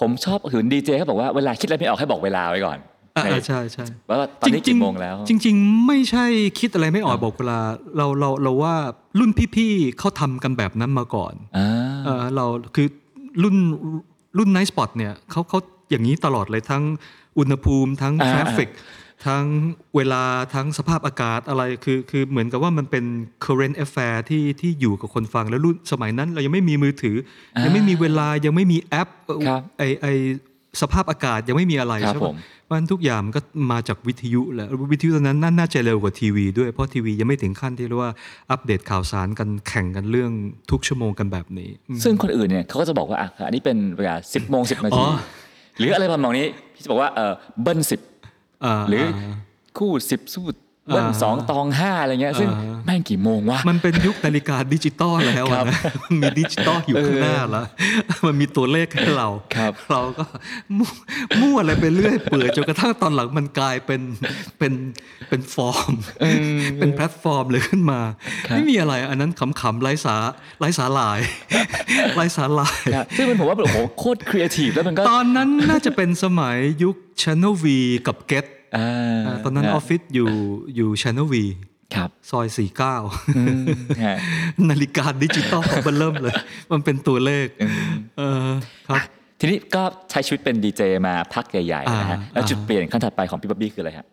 ผมชอบคือดีเจเขาบอกว่าเวลาคิดอะไรไม่ออกให้บอกเวลาไว้ก่อน อ่าใช่ใช่ ว่าตอนนี้กี่โมงแล้ว จริงๆจริง ๆ ไม่ใช่คิดอะไรไม่ออกบอกเวลาเราเราเราว่ารุ่นพี่ๆเขาทำกันแบบนั้นมาก่อน อ่า เออเราคือรุ่นรุ่นไนท์สปอตเนี่ยเขาเขาอย่างนี้ตลอดเลยทั้งอุณหภูมิทั้ง อ่า ทราฟิกทั้งเวลาทั้งสภาพอากาศอะไรคือคือเหมือนกับว่ามันเป็น current affair ที่ที่อยู่กับคนฟังแล้วรุ่นสมัยนั้นเรายังไม่มีมือถือ ยังไม่มีเวลายังไม่มีแอปเอ่อ ครับ ไอไอสภาพอากาศยังไม่มีอะไร ครับ ใช่ ผ ปะ ม เพราะฉะนันทุกอย่างมันก็มาจากวิทยุแหละวิทยุตอนนั้นน่าน่าจะเร็วกว่าทีวีด้วยเพราะทีวียังไม่ถึงขั้นที่เรียกว่าอัปเดตข่าวสารกันแข่งกันเรื่องทุกชั่วโมงกันแบบนี้อืม ซึ่งคนอื่นเนี่ยเขาก็จะบอกว่าอ่ะอันนี้เป็นเวลาสิบโมงสิบนา อ๋ ที อ หรืออะไรประมาณนี้พี่จะบอกว่าเออเบิ้ลสิบ อ่า หรือ คู่สิบสู้เบิ้ล อ่า สองตองห้าอะไรเงี้ยซึ่ง อ่า แม่งกี่โมงวะ มันเป็นยุคนาฬิกาดิจิตอลแล้วอะนะมันมีดิจิตอลอยู่ข้างหน้าแล้ว มันมีตัวเลขให้เรา ครับ เราก็ มั่วมั่วอะไรไปเรื่อยเปื่อยจนกระทั่งตอนหลังมันกลายเป็นเป็นเป็นฟอร์ม เป็นแพลตฟอร์มเลยขึ้นมา ครับ ไม่มีอะไรอันนั้นขำๆไร้สาไร้สาหลาย ไร้สาหลาย ครับซึ่งมันผมว่าโอ้โหโคตรครีเอทีฟแล้วมันก็ ตอนนั้นน่าจะเป็นสมัยยุค Channel V กับ Get อ่า อ่าตอนนั้นออฟฟิศอยู่อยู่ Channel V ครับ ซอย 49 อืมฮะ นาฬิกาดิจิตอลมันเริ่ม เลย มันเป็นตัวเลข เออครับ ทีนี้ก็ใช้ชีวิตเป็นดีเจมาพักใหญ่ๆนะฮะ อ่า แล้วจุดเปลี่ยนขั้นถัดไปของพี่บ๊อบบี้คืออะไรฮะ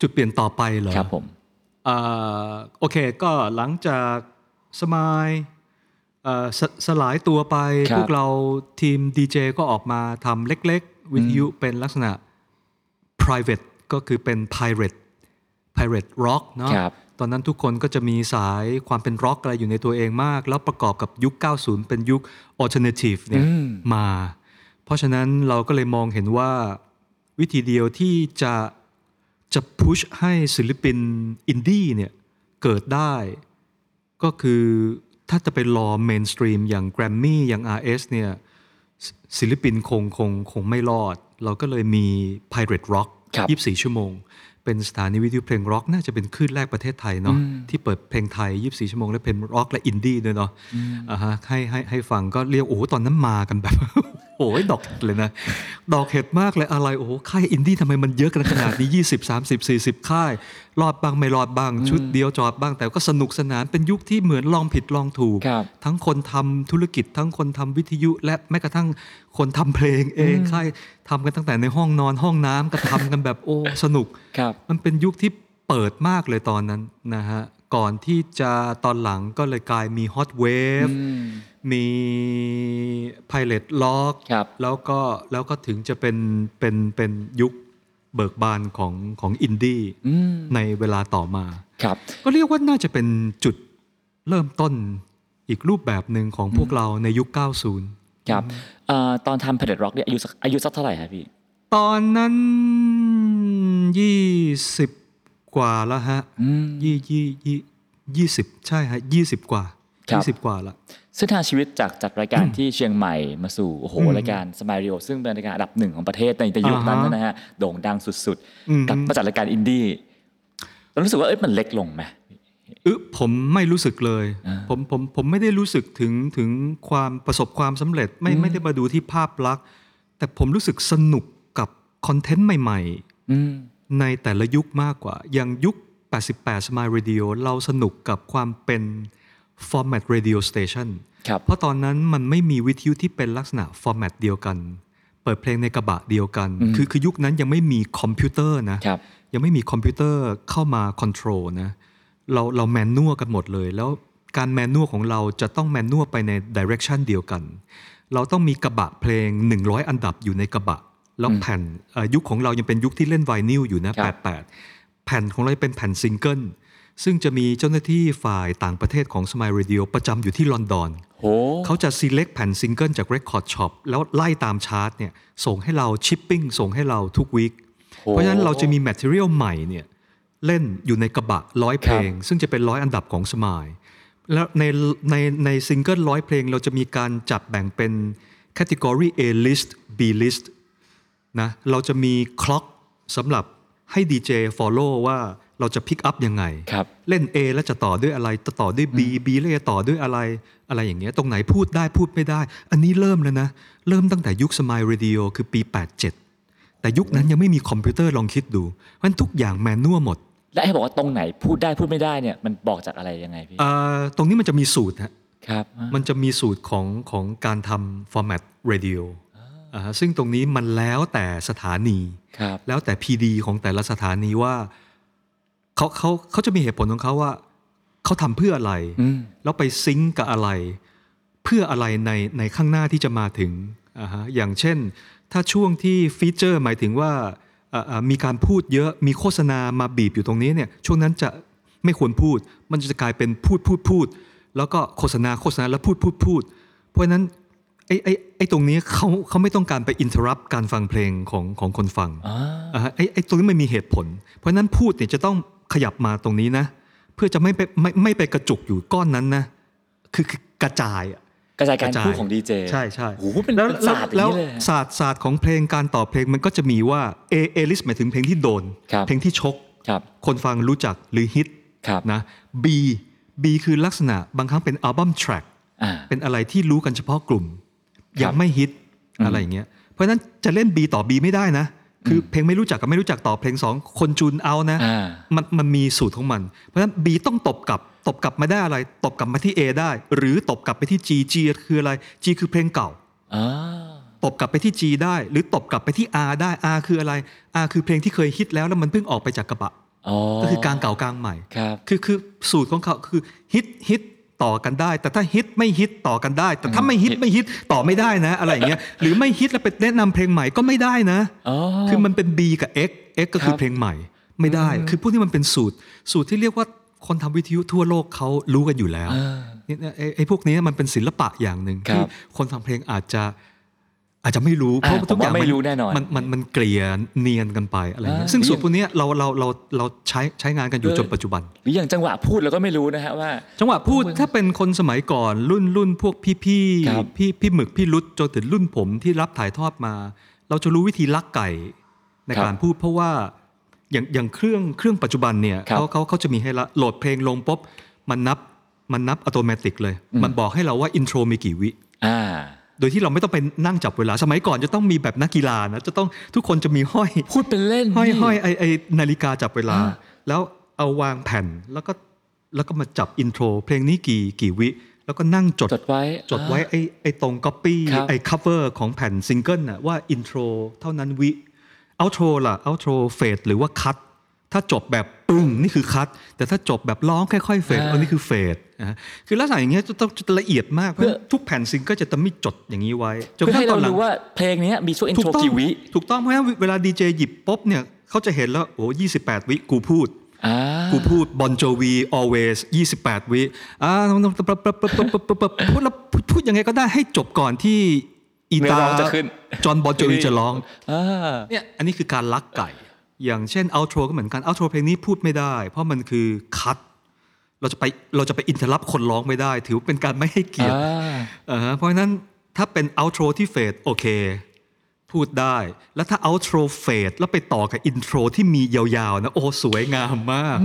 จุดเปลี่ยนต่อไปเหรอ ครับผม อ่าโอเค ก็หลังจากสมายเอ่อสสลายตัวไป พวกเราทีมดีเจก็ออกมาทำเล็กๆ วิทยุเป็นลักษณะ private ก็คือเป็น pirate pirate rock เนาะ ครับ ตอนนั้นทุกคนก็จะมีสายความเป็นร็อกอะไรอยู่ในตัวเองมาก แล้วประกอบกับยุค 90 เป็นยุค alternative เนี่ย อืม มา เพราะฉะนั้นเราก็เลยมองเห็นว่าวิธีเดียวที่จะจะพุชให้ศิลปินอินดี้เนี่ยเกิดได้ ก็คือถ้าจะไปรอเมนสตรีมอย่างแกรมมี่อย่าง RS เนี่ยศิศิลปินคงคงคงไม่รอด เราก็เลยมี Pirate Rock ครับ 24 ชั่วโมง เป็นสถานีวิทยุเพลงร็อก น่าจะเป็นคลื่นแรกประเทศไทยเนาะ อืม ที่เปิดเพลงไทย 24 ชั่วโมง และเพลงร็อกและอินดี้ด้วยเนาะอ่าฮะให้ให้ให้ฟังก็เรียกโอ้โหตอนนั้นมากันแบบ โอ้ยดอกเห็ดเลยนะ ดอกเห็ดมากเลยอะไรโอ้โหค่ายอินดี้ทำไมมันเยอะกันขนาดนี้ 20 30 40 ค่าย รอดบ้างไม่รอดบ้างชุดเดียวจอดบ้างแต่ก็สนุกสนานเป็นยุคที่เหมือนลองผิดลองถูก ครับ ทั้งคนทำธุรกิจทั้งคนทำวิทยุ และแม้กระทั่งคนทำเพลงเองค่ายทำกันตั้งแต่ในห้องนอนห้องน้ำก็ทำกันแบบโอ้ สนุก ครับ มันเป็นยุคที่เปิดมากเลยตอนนั้นนะฮะ ก่อนที่จะตอนหลังก็เลยกลายมี Hot Wave อืม มี Pilot Lock ครับ แล้วก็แล้วก็ถึงจะเป็นเป็นเป็นยุคเบิกบานของของอินดี้ อืม ในเวลาต่อมา ครับ ก็เรียกว่าน่าจะเป็นจุดเริ่มต้นอีกรูปแบบหนึ่งของพวกเราในยุค 90 ครับเอ่อตอนทำเพลทร็อกเนี่ยอายุสักอายุสักเท่าไหร่ฮะพี่ ตอนนั้น 20 กว่าแล้วฮะ อืม ยี่ยี่ยี่ยี่สิบใช่ฮะยี่สิบกว่า ครับ ยี่สิบกว่าละ เส้นทางชีวิตจากจัดรายการที่เชียงใหม่มาสู่โอ้โห อืม รายการสม i ย e ี o ซึ่งเป็นรายการอันดับหนึ่งของประเทศในยุคนั้น อ่าฮะ นะฮะโด่งดังสุด อืม ๆกลับมาจัดรายการอินดี้เรารู้สึกว่าเอ้ยมันเล็กลงไหม เออผมไม่รู้สึกเลย ผมผมผมไม่ได้รู้สึกถึงถึงความประสบความสำเร็จไม่ไม่ได้มาดูที่ภาพลักษณ์แต่ผมรู้สึกสนุกกับคอนเทนต์ใหม่ ๆ อืม ในแต่ละยุคมากกว่า อย่างยุค 88 Smile Radio เราสนุกกับความเป็น format radio station ครับ เพราะตอนนั้นมันไม่มีวิทยุที่เป็นลักษณะ format เดียวกัน เปิดเพลงในกระบะเดียวกัน คือคือยุคนั้นยังไม่มีคอมพิวเตอร์นะ ครับ ยังไม่มีคอมพิวเตอร์เข้ามาคอนโทรลนะเราเราแมนนัวกันหมดเลย แล้วการแมนนัวของเราจะต้องแมนนัวไปในดิเรกชันเดียวกัน เราต้องมีกระบะเพลง 100 อันดับอยู่ในกระบะ แล้วแผ่นเอ่อยุคของเรายังเป็นยุคที่เล่นไวนิลอยู่นะ ครับ 88 แผ่นของเราเป็นแผ่นซิงเกิล ซึ่งจะมีเจ้าหน้าที่ฝ่ายต่างประเทศของ Smile Radio ประจำอยู่ที่ลอนดอน โห เขาจะ select แผ่นซิงเกิลจาก Record Shop แล้วไล่ตามชาร์ตเนี่ยส่งให้เราชิปปิ้งส่งให้เราทุกวีค โอ้ เพราะฉะนั้นเราจะมี Material ใหม่เนี่ยเล่นอยู่ในกระบะร้อยเพลง ซึ่งจะเป็นร้อยอันดับของสมายแล้วในในในซิงเกิลร้อยเพลงเราจะมีการจัดแบ่งเป็น category A list B list นะเราจะมีคล็อกสำหรับให้ดีเจ follow ว่าเราจะพิกอัพยังไง ครับ เล่น A แล้วจะต่อด้วยอะไรจะต่อด้วย B B แล้วจะต่อด้วยอะไรอะไรอย่างเงี้ยตรงไหนพูดได้พูดไม่ได้ อันนี้เริ่มแล้วนะ เริ่มตั้งแต่ยุคสมัยเรดิโอคือปี 87 แต่ยุคนั้นยังไม่มีคอมพิวเตอร์ลองคิดดูเพราะฉะนั้นทุกอย่างแมนนวลหมด และให้บอกว่าตรงไหนพูดได้พูดไม่ได้เนี่ยมันบอกจากอะไรยังไงพี่ เอ่อตรงนี้มันจะมีสูตรฮะ ครับ มันจะมีสูตรของของการทำฟอร์แมตเรดิโออ่าฮะซึ่งตรงนี้มันแล้วแต่สถานี ครับ แล้วแต่พีดีของแต่ละสถานีว่าเขาเขาเขาจะมีเหตุผลของเขาว่า เขาทำเพื่ออะไร อืม แล้วไปซิงก์กับอะไร เพื่ออะไรในในข้างหน้าที่จะมาถึงอ่าฮะอย่างเช่น ถ้าช่วงที่ฟีเจอร์หมายถึงว่าอ่าอ่ามีการพูดเยอะมีโฆษณามาบีบอยู่ตรงนี้เนี่ยช่วงนั้นจะไม่ควรพูด มันจะกลายเป็นพูดพูดพูด แล้วก็โฆษณาโฆษณาแล้วพูดพูดพูด เพราะฉะนั้นไอ้ไอ้ไอ้ตรงนี้เขาเขาไม่ต้องการไปอินเทอร์รัปการฟังเพลงของของคนฟัง อ่า อ่าฮะไอ้ไอ้ตรงนี้มันมีเหตุผล เพราะฉะนั้นพูดเนี่ยจะต้องขยับมาตรงนี้นะ เพื่อจะไม่ไปไม่ไม่ไปกระจุกอยู่ก้อนนั้นนะคือคือกระจายอะ กระจายการ กระจาย พูดของดีเจ ใช่ใช่ โอ้โหเป็นเป็นศาสตร์อย่า แล้ ง ว นี้เลยฮะ ศาสตร์ศาสตร์ของเพลงการต่อเพลงมันก็จะมีว่าเอเอลิสหมายถึงเพลงที่โดน ครับ เพลงที่ชก ครับ คนฟังรู้จักหรือฮิต ครับ นะ B B คือลักษณะบางครั้งเป็นอัลบั้มแทร็ก อ่า เป็นอะไรที่รู้กันเฉพาะกลุ่ม ครับ ยังไม่ฮิตอะไรอย่างเงี้ยเพราะฉะนั้นจะเล่น B ต่อ B ไม่ได้นะ คือเพลงไม่รู้จักกับไม่รู้จักต่อเพลง 2 คนจูนเอานะ อ่า มันมันมีสูตรของมัน เพราะฉะนั้น B ต้องตบกลับ ตบกลับมาได้อะไร ตบกลับมาที่ A ได้ หรือตบกลับไปที่ G G คืออะไร G คือเพลงเก่า อ่า ตบกลับไปที่ G ได้ หรือตบกลับไปที่ R ได้ R คืออะไร R คือเพลงที่เคยฮิตแล้วแล้วมันเพิ่งออกไปจากกระบะ อ๋อ ก็คือกลางเก่ากลางใหม่ ครับ คือคือสูตรของเขาคือฮิตฮิตต่อกันได้ แต่ถ้าฮิตไม่ฮิตต่อกันได้ แต่ถ้าไม่ฮิตไม่ฮิตต่อไม่ได้นะ อะไรอย่างเงี้ ยหรือไม่ฮิตแล้วไปแนะนำเพลงใหม่ก็ไม่ได้นะ อ๋อ คือมันเป็น B กับ X X ก็คื ครั อบ เพลงใหม่ไม่ได้ คือพวกนี้มันเป็นสูตร สูตรที่เรียกว่าคนทำวิทยุทั่วโลกเขารู้กันอยู่แล้ว อ่า เนี่ยไอ้ไอ้พวกนี้มันเป็นศิลปะอย่างหนึ่ง ครั ที่ บ คนทำเพลงอาจจะอาจจะไม่รู้เพราะ อ่า ทุกอย่าง ผมว่าไม่รู้แน่นอน มันมันมันเกลียเนียนกันไปอะไรอย่างเงี้ย อ่า ซึ่งสูต นี่ รพวกเนี้ยเราเราเราเราใช้ใช้งานกันอยู่ เออ จนปัจจุบัน หรืออย่างจังหวะพูดเราก็ไม่รู้นะฮะว่า จังหวะพูดถ้าเป็นคนสมัยก่อนรุ่นรุ่นพวกพี่พี่ ครับ พี่พี่หมึกพี่ลุดจนถึงรุ่นผมที่รับถ่ายทอดมา เราจะรู้วิธีลักไก่ใน ครับ การพูดเพราะว่าอย่างอย่างเครื่องเครื่องปัจจุบันเนี่ย ครับ เขาเขาเขาจะมีให้ละโหลดเพลงลงปุ๊บมันนับมันนับอัตโนมัติเลย อืม มันบอกให้เราว่าอินโทรมีกี่วิ อ่า โดยที่เราไม่ต้องไปนั่งจับเวลาสมัยก่อนจะต้องมีแบบนักกีฬานะจะต้องทุกคนจะมีห้อย พูดเป็นเล่น ห้อย นี่ ห้อยไอไอนาฬิกาจับเวลา อ่า แล้วเอาวางแผ่นแล้วก็แล้วก็มาจับอินโทร เพลงนี้กี่กี่วิ แล้วก็นั่งจด จดไว้ จดไว้ไอไอตรงก๊อปปี้ ครับ ไอคัฟเวอร์ของแผ่นซิงเกิลน่ะว่าอินโทรเท่านั้นวิเอาโทรล่ะเอาโทรเฟดหรือว่าคัทถ้าจบแบบปึ้งนี่คือคัทแต่ถ้าจบแบบร้องค่อยๆเฟดอันนี้คือเฟดนะฮะคือลักษณะอย่างเงี้ยจะต้องจะละเอียดมากเพราะฉะนั้นทุกแผ่นซิงเกิลจะต้องมีจดอย่างนี้ไว้จนะทั่เพื่อกให้ งต เรา อนหลัง รู้ว่าเพลงเนี้ยมีช่วงอิน ถู โทร กต้อง กี่วิ ถูกต้องเพราะฉะนั้นเวลาดีเจหยิบปุ๊บเนี่ยเขาจะเห็นแล้วโอ้ยี่สิบแปดวิกูพูด อ่า กูพูดบอนโจวี always 28 วิอ่าปั๊บปั๊บปั๊บปั๊บปั๊บปั๊บปั๊บพูดแล้วพูดยังไงก็ได้ให้จบก่อนที่อี เนื้อ ตา ร้องจะขึ้น จอห์นบอนโจวีจะร้อง อ่า เนี่ยอันนี้คือการลักไก่ อย่างเช่น o u t r o ก็เหมือนกัน o u t r o เพลงนี้พูดไม่ได้ เพราะมันคือคัด เราจะไปเราจะไปอินเทอร์รับคนร้องไม่ได้ ถือว่าเป็นการไม่ให้เกียรติ อ่า เออเพราะฉะนั้นถ้าเป็น o u t r o ที่เฟดโอเค พูดได้ แล้วถ้า o u t r o เฟดแล้วไปต่อกับอินโทรที่มียาวๆนะ โอ้ สวยงามมาก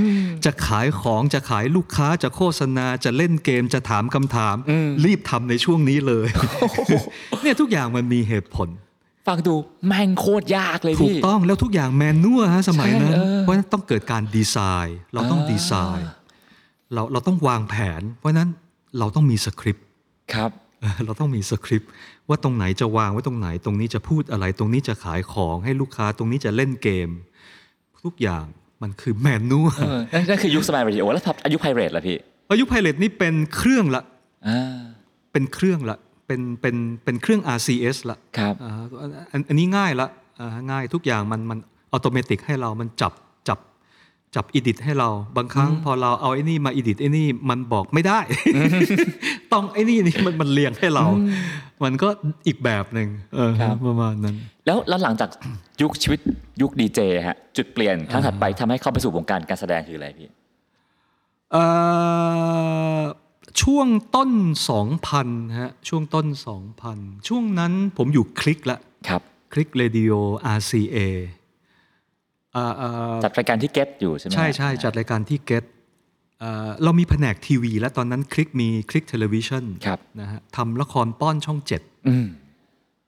จะขายของจะขายลูกค้าจะโฆษณาจะเล่นเกมจะถามคำถาม รีบทำในช่วงนี้ เลย เนี่ยทุกอย่างมันมีเหตุผล ฟังดูแม่งโคตรยากเลย ถู พี่ กต้องแล้วทุกอย่างแมนนัวฮะสมัยนั้น ใช่เออ เพราะฉะนั้นต้องเกิดการดีไซน์ เราต้อง อ่า ดีไซน์เราเราต้องวางแผน เพราะฉะนั้นเราต้องมีสคริปต์ ครับ เออเราต้องมีสคริปต์ว่าตรงไหนจะวางไว้ตรงไหน ตรงนี้จะพูดอะไร ตรงนี้จะขายของให้ลูกค้าตรงนี้จะเล่นเกม ทุกอย่างมันคือแมนนัว เออนั่นนั่นคือยุคสมัยเรดิโอแล้วพับอายุไพเรตล่ะพี่ อายุไพเรตนี่เป็นเครื่องละ อ่า เป็นเครื่องละเป็นเป็นเป็นเครื่อง RCS ละ ครับ อ่าอันอันนี้ง่ายละอ่าง่ายทุกอย่างมันมันอัตโนมัติให้เรามันจับจับ จับอิดิทให้เราบางครั้งพอเราเอาไอ้นี่มาอิดิทไอ้นี่มันบอกไม่ได้ ต้องไอ้นี่นี่มันมันเลียงให้เรา มันก็อีกแบบหนึ่งเออ ครับ ประมาณนั้น แล้วแล้วหลังจาก ยุคชีวิตยุคดีเจฮะจุดเปลี่ยนครั้งถัดไปทำให้เข้าไปสู่วงการการแสดงคืออะไรพี่ เอ่อช่วงต้น 2,000ฮะช่วงต้น 2,000 ช่วงนั้นผมอยู่คลิกละ ครับ คลิกเรดิโอ RCA อ่าอ่า จัดรายการที่เก็ตอยู่ใช่ไหมฮะ ใช่ใช่จัดรายการที่เก็ตเรามีแผนกทีวี และตอนนั้นคลิกมีคลิกเทเลวิชัน ครับ นะฮะทำละครป้อนช่องเจ็ด อืม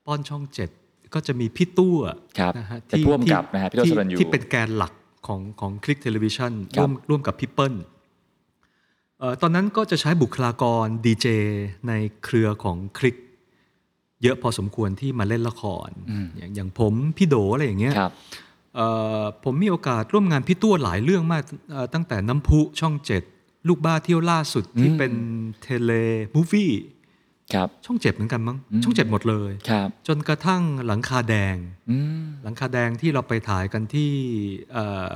ป้อนช่องเจ็ดก็จะมีพี่ตู้อะ ครับ นะฮะ เป็นผู้กำกับนะฮะพี่ตู้ ที่ สรรยู ที่เป็นแกนหลักของของคลิกเทเลวิชัน ครั ร่ว บ มร่วมกับพี่เปิ้ล เอ่อตอนนั้นก็จะใช้บุคลากรดีเจในเครือของคลิก เยอะพอสมควรที่มาเล่นละคร อย่างอย่างผมพี่โดอะไรอย่างเงี้ย ครับ เอ่อผมมีโอกาสร่วมงานพี่ตัวหลายเรื่องมากเอ่อตั้งแต่น้ำพุช่องเจ็ดลูกบ้าเที่ยวล่าสุดที่ อืม เป็นเทเลมูฟวี่ ครับ ช่องเจ็ดเหมือนกันมั้ง อืม ช่องเจ็ดหมดเลย ครับ จนกระทั่งหลังคาแดง อืม หลังคาแดงที่เราไปถ่ายกันที่เอ่อ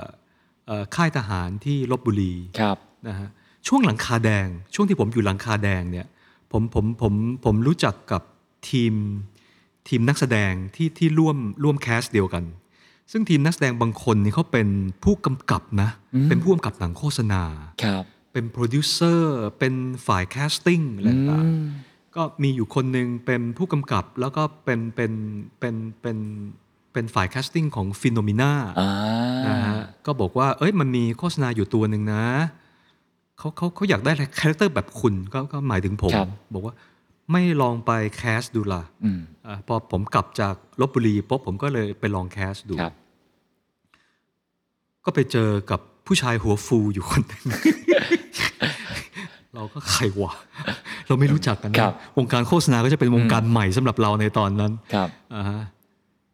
เอ่อค่ายทหารที่ลบบุรี ครับ นะฮะช่วงหลังคาแดง ช่วงที่ผมอยู่หลังคาแดงเนี่ยผมผมผมผมรู้จักกับทีมทีมนักแสดงที่ที่ร่วมร่วมแคสเดียวกัน ซึ่งทีมนักแสดงบางคนนี่เขาเป็นผู้กำกับนะ อืม เป็นผู้กำกับหนังโฆษณา ครับ เป็นโปรดิวเซอร์เป็นฝ่ายแคสติ้งอะไรต่าง อื ๆ ม ก็มีอยู่คนหนึ่งเป็นผู้กำกับแล้วก็เป็นเป็นเป็นเป็นเป็นฝ่ายแคสติ้งของฟิโนมิน่า อ่า นะฮะก็บอกว่า เอ้ย มันมีโฆษณาอยู่ตัวหนึ่งนะ เขาเขาเขาอยากได้คาแรคเตอร์แบบคุณก็ก็หมายถึงผม ครับ บอกว่าไม่ลองไปแคสดูล่ะ อืม อ่ะพอผมกลับจากลบบุรีปุ๊บผมก็เลยไปลองแคสดู ครับ ก็ไปเจอกับผู้ชายหัวฟูอยู่คนหนึง เราก็ใครวะ เราไม่รู้จักกัน ครั นะ บ วงการโฆษณาก็จะเป็นวงการใหม่สำหรับเราในตอนนั้น ครับ อ่าฮะ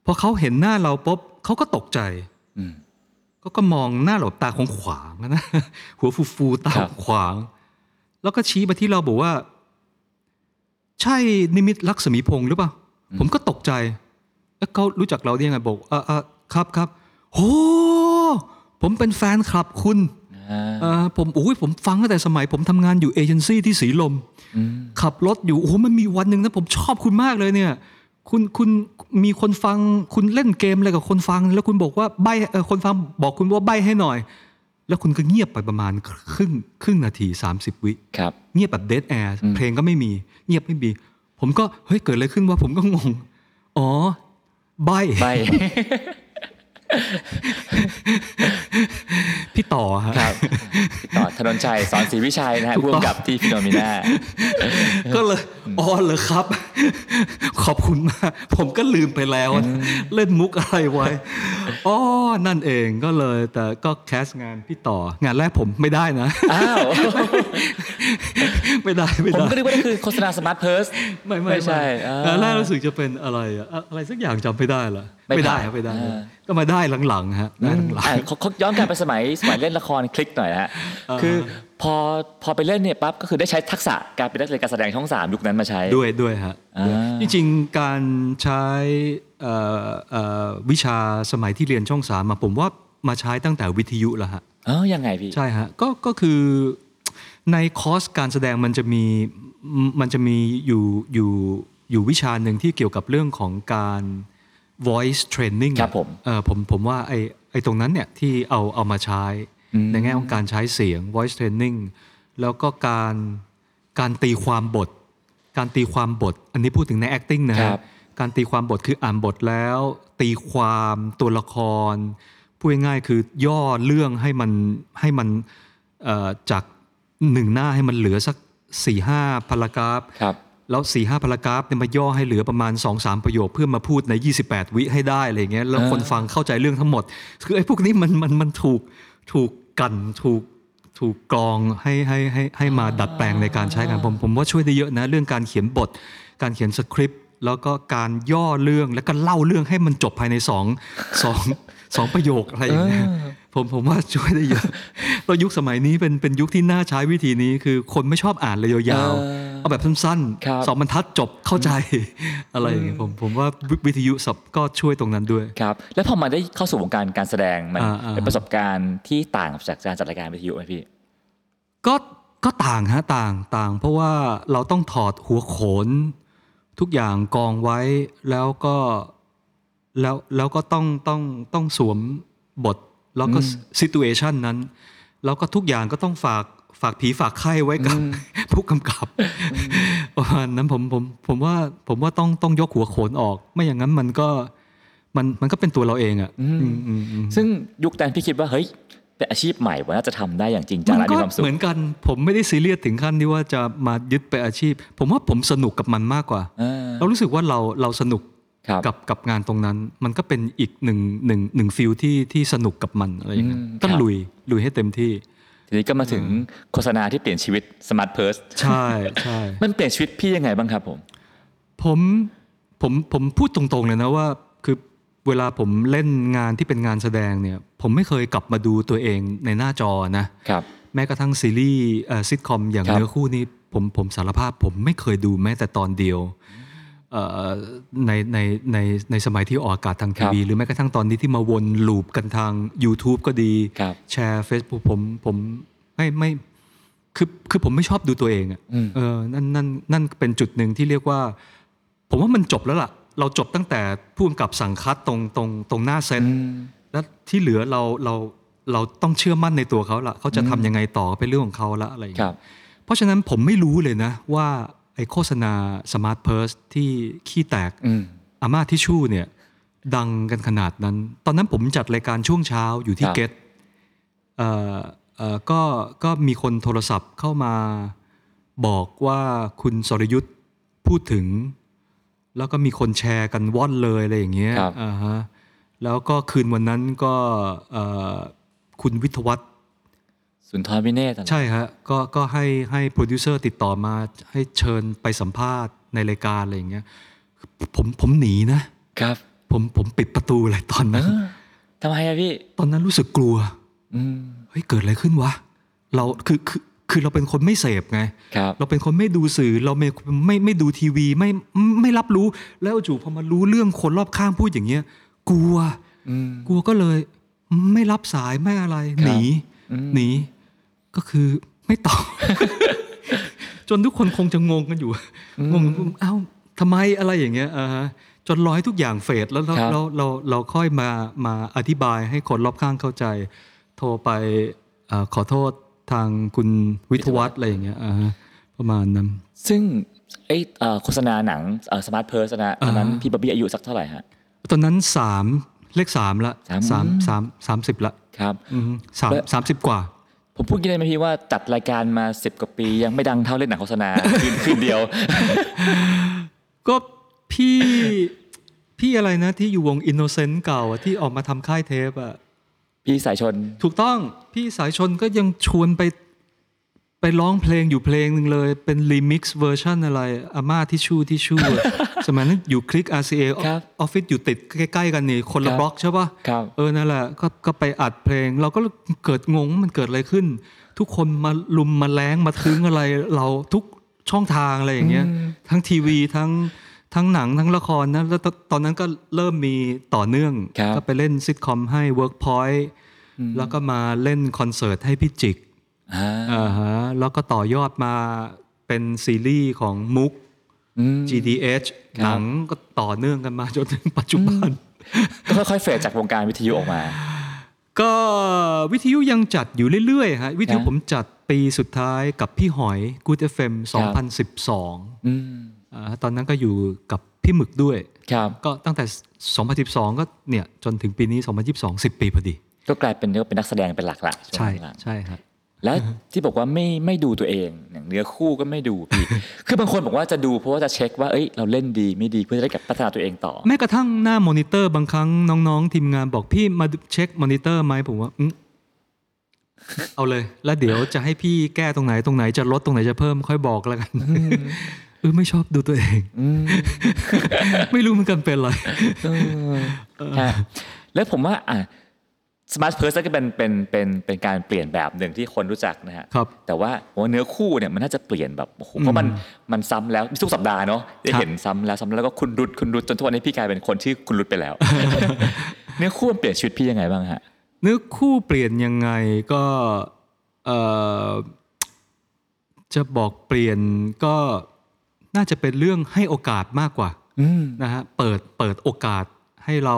พอเขาเห็นหน้าเราปุ๊บเขาก็ตกใจ อืม ก็ก็มองหน้าเราตาของขวางๆนะ หัวฟูฟูๆตา ครับ ขวาง แล้วก็ชี้มาที่เราบอกว่า ใช่นิมิตลักษมีพงษ์หรือเปล่า ผมก็ตกใจ แล้วเขารู้จักเราได้ยังไงบอกอ่าอ่าครับครับโหผมเป็นแฟนคลับคุณ อ่า เอ่อผมโอ้ยผมฟังตั้งแต่สมัย ผมทำงานอยู่เอเจนซี่ที่สีลม อืม ขับรถอยู่โอ้โหมันมีวันหนึ่งนะผมชอบคุณมากเลยเนี่ย คุณคุณมีคนฟังคุณเล่นเกมอะไรกับคนฟัง แล้วคุณบอกว่าใบเอ่อคนฟังบอกคุณว่าใบให้หน่อย แล้วคุณก็เงียบไปประมาณครึ่งครึ่งนาที 30 วิ ครับ เงียบแบบเด a แอร์ อืม เพลงก็ไม่มีเงียบไม่มี ผมก็เฮ้ยเกิดอะไรขึ้นวะผมก็งง อ๋อ ใบ ใบ พี่ต่อฮะ ครับต่อธนนชัยสอนศรีวิชัยนะฮะ ถูก ร่ว ต้ ม อง กับที่ฟิโนมิน่า ก็เลยอ๋อเหรอครับ ขอบคุณมาก ผมก็ลืมไปแล้วนะเล่นมุกอะไรไว้อ๋อนั่นเองก็เลยแต่ก็แคสงานพี่ต่องานแรกผมไม่ได้ นะ อ้าว ไม่ได้ไม่ ผม ได้ ก็นึกว่านั่นคือโฆษณาสมาร์ทเพิร์ส ไม่ไม่ ไม่ใช่อ่าง านแรกรู้สึกจะเป็นอะไรอะอะอะไรสักอย่างจำไม่ได้ละ ไม่ ไม่ได้ ผ่าน ครับไม่ได้ อ่า ก็มาได้หลังๆฮะได้หลัง อ่ะเขาเขาย้อนกลับไปสมัยสมัยเล่นละครคลิกหน่อยนะฮะ อ่า คือพอพอไปเล่นเนี่ยปั๊บก็คือได้ใช้ทักษะการเป็นนักเรียนการแสดงช่องสามยุคนั้นมาใช้ ด้วยด้วยฮะ อ่า จริงๆการใช้เอ่อเอ่อวิชาสมัยที่เรียนช่องสามมาผมว่ามาใช้ตั้งแต่วิทยุแล้วฮะ เออยังไงพี่ ใช่ฮะก็ก็คือในคอร์สการแสดงมันจะมีมันจะมีอยู่อยู่อยู่วิชาหนึ่งที่เกี่ยวกับเรื่องของการ voice training อะ ครับผม เออผมผมว่าไอไอตรงนั้นเนี่ยที่เอาเอามาใช้ อืม ในแง่ของการใช้เสียง voice training แล้วก็การการตีความบท การตีความบท อันนี้พูดถึงใน acting นะ ค ฮะ รับ การตีความบทคืออ่านบทแล้ว ตีความตัวละคร พูดง่ายๆคือย่อเรื่องให้มันให้มันเอ่อจากหนึ่งหน้าให้มันเหลือสัก4ี่ห้าพารากราฟ ครับ แล้ว4ี่ห้าพารากราฟเนี่ยมาย่อให้เหลือประมาณ2อสามประโยคเพื่อมาพูดใน 28 วิให้ได้อะไรอย่างเงี้ยแล้ว อ่า คนฟังเข้าใจเรื่องทั้งหมด คือไอ้พวกนี้มันมันมันถูกถูกกลันถูกถูกกรองให้ให้ให้ให้มาดัดแปลงในการใช้งานผมผมว่าช่วยได้เยอะนะ เรื่องการเขียนบท การเขียนสคริปต์แล้วก็การย่อเรื่องแล้วก็เล่าเรื่องให้มันจบภายในสองสองสองประโยคอะไรอย่างเงี้ยผมผมว่าช่วยได้ เยอะแล้วยุคสมัยนี้เป็นเป็นยุคที่น่าใช้วิธีนี้คือคนไม่ชอบอ่านเลยยาวๆ เออ เอาแบบสั้น ครับ สองบรรทัดจบเข้าใจ อะไรอย่างเงี้ยผมผมว่าวิวิทยุสับก็ช่วยตรงนั้นด้วย ครับแล้วพอมาได้เข้าสู่วงการการแสดงมัน อ่าอ่า เป็นประสบการณ์ที่ต่างจากการจัดรายการวิทยุไหมพี่ ก็ก็ต่างฮะต่างต่าง เพราะว่าเราต้องถอดหัวโขน ทุกอย่างกองไว้แล้วก็แล้วแล้วก็ต้องต้องต้องสวมบท แล้วก็ อืม ซิตูเอชันนั้น แล้วก็ทุกอย่างก็ต้องฝากฝากผีฝากไข้ไว้กับ ผู้กำกับประมาณนั้นผมผมผมว่าผมว่าต้องต้องยกหัวโขนออก ไม่อย่างนั้นมันก็มันมันก็เป็นตัวเราเองอะ่ะ อืม อืมอืมอืม ซึ่งยุคนั้นพี่คิดว่าเฮ้ยเป็นอาชีพใหม่ว่าน่าจะทำได้อย่างจริงจัง มั และ นก็ มีความสุข เหมือนกันผมไม่ได้ซีเรียสถึงขั้นที่ว่าจะมายึดไปนอาชีพ ผมว่าผมสนุกกับมันมากกว่า อ่า เรารู้สึกว่าเราเราสนุก ครับ กับกับงานตรงนั้น มันก็เป็นอีกหนึ่งหนึ่งหนึ่งฟิลที่ที่สนุกกับมันอะไรอย่างเงี้ย อืม ก็ ครับ ลุยลุยให้เต็มที่ ทีนี้ก็มาถึงโฆษณาที่เปลี่ยนชีวิตสมาร์ทเพิร์ส ใช่ใช่ มันเปลี่ยนชีวิตพี่ยังไงบ้างครับผม ผมผมผมพูดตรงๆเลยนะว่า คือเวลาผมเล่นงานที่เป็นงานแสดงเนี่ย ผมไม่เคยกลับมาดูตัวเองในหน้าจอนะ ครับ แม้กระทั่งซีรีส์เอ่อซิทคอมอย่าง ครับ เนื้อคู่นี้ผมผมสารภาพผมไม่เคยดูแม้แต่ตอนเดียวเอ่อในในในในสมัยที่ออกอากาศทางทีวีหรือแม้กระทั่งตอนนี้ที่มาวนลูปกันทาง YouTube ก็ดี ครับ แชร์ Facebook ผมผมไม่ไม่คือคือผมไม่ชอบดูตัวเองอะ อืม เออนั่นนั่นนั่นเป็นจุดหนึ่งที่เรียกว่า ผมว่ามันจบแล้วล่ะ เราจบตั้งแต่ผู้กำกับสั่งคัดตรงตรงตรงหน้าเซต อืม แล้วที่เหลือเราเราเราต้องเชื่อมั่นในตัวเขาละเขาจะทำยังไงต่อเป็นเรื่องของเขาละอะไรอย่าง ค เงี้ รับ ยเพราะฉะนั้นผมไม่รู้เลยนะว่าไอโฆษณาสมาร์ทเพิร์สที่ขี้แตก อืม อาม่าทิชชู่เนี่ยดังกันขนาดนั้น ตอนนั้นผมจัดรายการช่วงเช้าอยู่ที่ ครับ เกตเอ่อเอ่อก็ก็มีคนโทรศัพท์เข้ามาบอกว่าคุณสรยุทธ์พูดถึง แล้วก็มีคนแชร์กันว่อนเลยอะไรอย่างเงี้ย ครับ อ่าฮะแล้วก็คืนวันนั้นก็เอ่อคุณวิทยวัฒน์ สุนทรวิเนศอะไร ใช่ฮะก็ก็ให้ให้โปรดิวเซอร์ติดต่อมาให้เชิญไปสัมภาษณ์ในรายการอะไรอย่างเงี้ยผมผมหนีนะครับ ผมผมปิดประตูเลยตอนนั้น เออทำไมอะพี่ ตอนนั้นรู้สึกกลัว อืม เฮ้ยเกิดอะไรขึ้นวะเราคือคือคือเราเป็นคนไม่เสพไง ครับ เราเป็นคนไม่ดูสื่อเราไม่ไม่ไม่ดูทีวีไม่ไม่รับรู้แล้วจู่พอมารู้เรื่องคนรอบข้างพูดอย่างเงี้ยกลัว อืม กลัวก็เลยไม่รับสายไม่อะไร หนี อืม หนี ก็คือไม่ตอบ จนทุกคนคงจะงงกันอยู่ งงเอ้าทำไมอะไรอย่างเงี้ยอ่าฮะจนร้อยทุกอย่างเฟดแล้วแล้ว ครับ เราเราเราค่อยมามาอธิบายให้คนรอบข้างเข้าใจ โทรไปเอ่อขอโทษทางคุณวิทยวัฒน์อะไรอย่างเงี้ยอ่าฮะประมาณนั้น ซึ่งไอยเอ่อโฆษณาหนังสมาร์ทเพิร์สนะตอนนั้น อ่า พี่บ๊อบบี้อายุสักเท่าไหร่ฮะ ตอนนั้นสามเลขสามละ สาม สามสามสามสิบละ ครับ อืมสาม แล้ว สามสิบกว่า ผมพูดกันได้ไหมพี่ว่าจัดรายการมา 10 กว่าปียังไม่ดังเท่าเล่นหนังโฆษณา คืนคืนเดียว ก็พี่ พี่อะไรนะที่อยู่วง Innocent เก่าอะที่ออกมาทำค่ายเทปอะ พี่สายชน ถูกต้องพี่สายชนก็ยังชวนไป ไปร้องเพลงอยู่เพลงหนึ่งเลย เป็นรีมิกซ์เวอร์ชันอะไรอาม่าที่ชูที่ชูอะ สมัยนั้นอยู่คลิก RCA อ ครับ อฟฟิศอยู่ติดใกล้ ๆ กันนี่คน ค ละ รับบ ล็อกใช่ปะ ครับ เออนั่นแหละก็ก็ไปอัดเพลง เราก็เกิดงงว่ามันเกิดอะไรขึ้น ทุกคนมาลุมมาแล้งมาทึงอะไรเราทุกช่องทางอะไรอย่างเงี้ย ทั้งทีวีทั้งทั้งหนังทั้งละครนะแล้วตตอนนั้นก็เริ่มมีต่อเนื่อง ครับ ก็ไปเล่นซิทคอมให้ Workpoint อืม แล้วก็มาเล่นคอนเสิร์ตให้พี่จิก อ่า อ่าฮะแล้วก็ต่อยอดมาเป็นซีรีส์ของมุก อืม GDH คหรับนังก็ต่อเนื่องกันมาจนถึงปัจจุบัน ก็ค่อยๆเฟดจากวงการวิทยุออกมา ก็วิทยุยังจัดอยู่เรื่อยๆฮะวิทยุ ครับ ผมจัดปีสุดท้ายกับพี่หอย Good FM ครับ 2012 อืม อ่าตอนนั้นก็อยู่กับพี่หมึกด้วย ครับ ก็ตั้งแต่ 2012 ก็เนี่ย จนถึงปีนี้ 2022 10 ปีพอดี ก็กลายเป็นเนื้อเป็นนักแสดงเป็นหลักละว ใช่ งหลัง ใช่ครับ แล้วที่บอกว่าไม่ไม่ดูตัวเองอย่างเนื้อคู่ก็ไม่ดูพี่ คือบางคนบอกว่าจะดูเพราะว่าจะเช็คว่าเอ้ยเราเล่นดีไม่ดีเพื่อจะได้กลับพัฒนาตัวเองต่อ แม้กระทั่งหน้ามอนิเตอร์บางครั้งน้องๆ ทีมงานบอกพี่มาเช็คมอนิเตอร์ไหมผมว่าอืมเอาเลย แล้วเดี๋ยวจะให้พี่แก้ตรงไหนตรงไหนจะลดตรงไหนจะเพิ่มค่อยบอกแล้วกันเออไม่ชอบดูตัวเอง อืม ไม่รู้เหมือนกันเป็นอะไร เออฮะแล้วผมว่าอ่ะ สมาร์ทเพิร์สก็เป็นเป็นเป็นเป็นการเปลี่ยนแบบหนึ่งที่คนรู้จักนะฮะ ครับ แต่ว่าผมว่าเนื้อคู่เนี่ยมันน่าจะเปลี่ยนแบบโอ้โหเพราะมันมันซ้ำแล้วทุกสัปดาห์เนาะได้เห็นซ้ำแล้วซ้ำแล้วแล้วก็คุณรุดคุณรุดจนทุกวันนี้พี่กลายเป็นคนที่คุณรุดไป แล้ว เนื้อคู่มันเปลี่ยนชีวิตพี่ยังไงบ้างฮะ เนื้อคู่เปลี่ยนยังไงก็เอ่อจะบอกเปลี่ยนก็น่าจะเป็นเรื่องให้โอกาสมากกว่า อืม นะฮะเปิดเปิดโอกาสให้เรา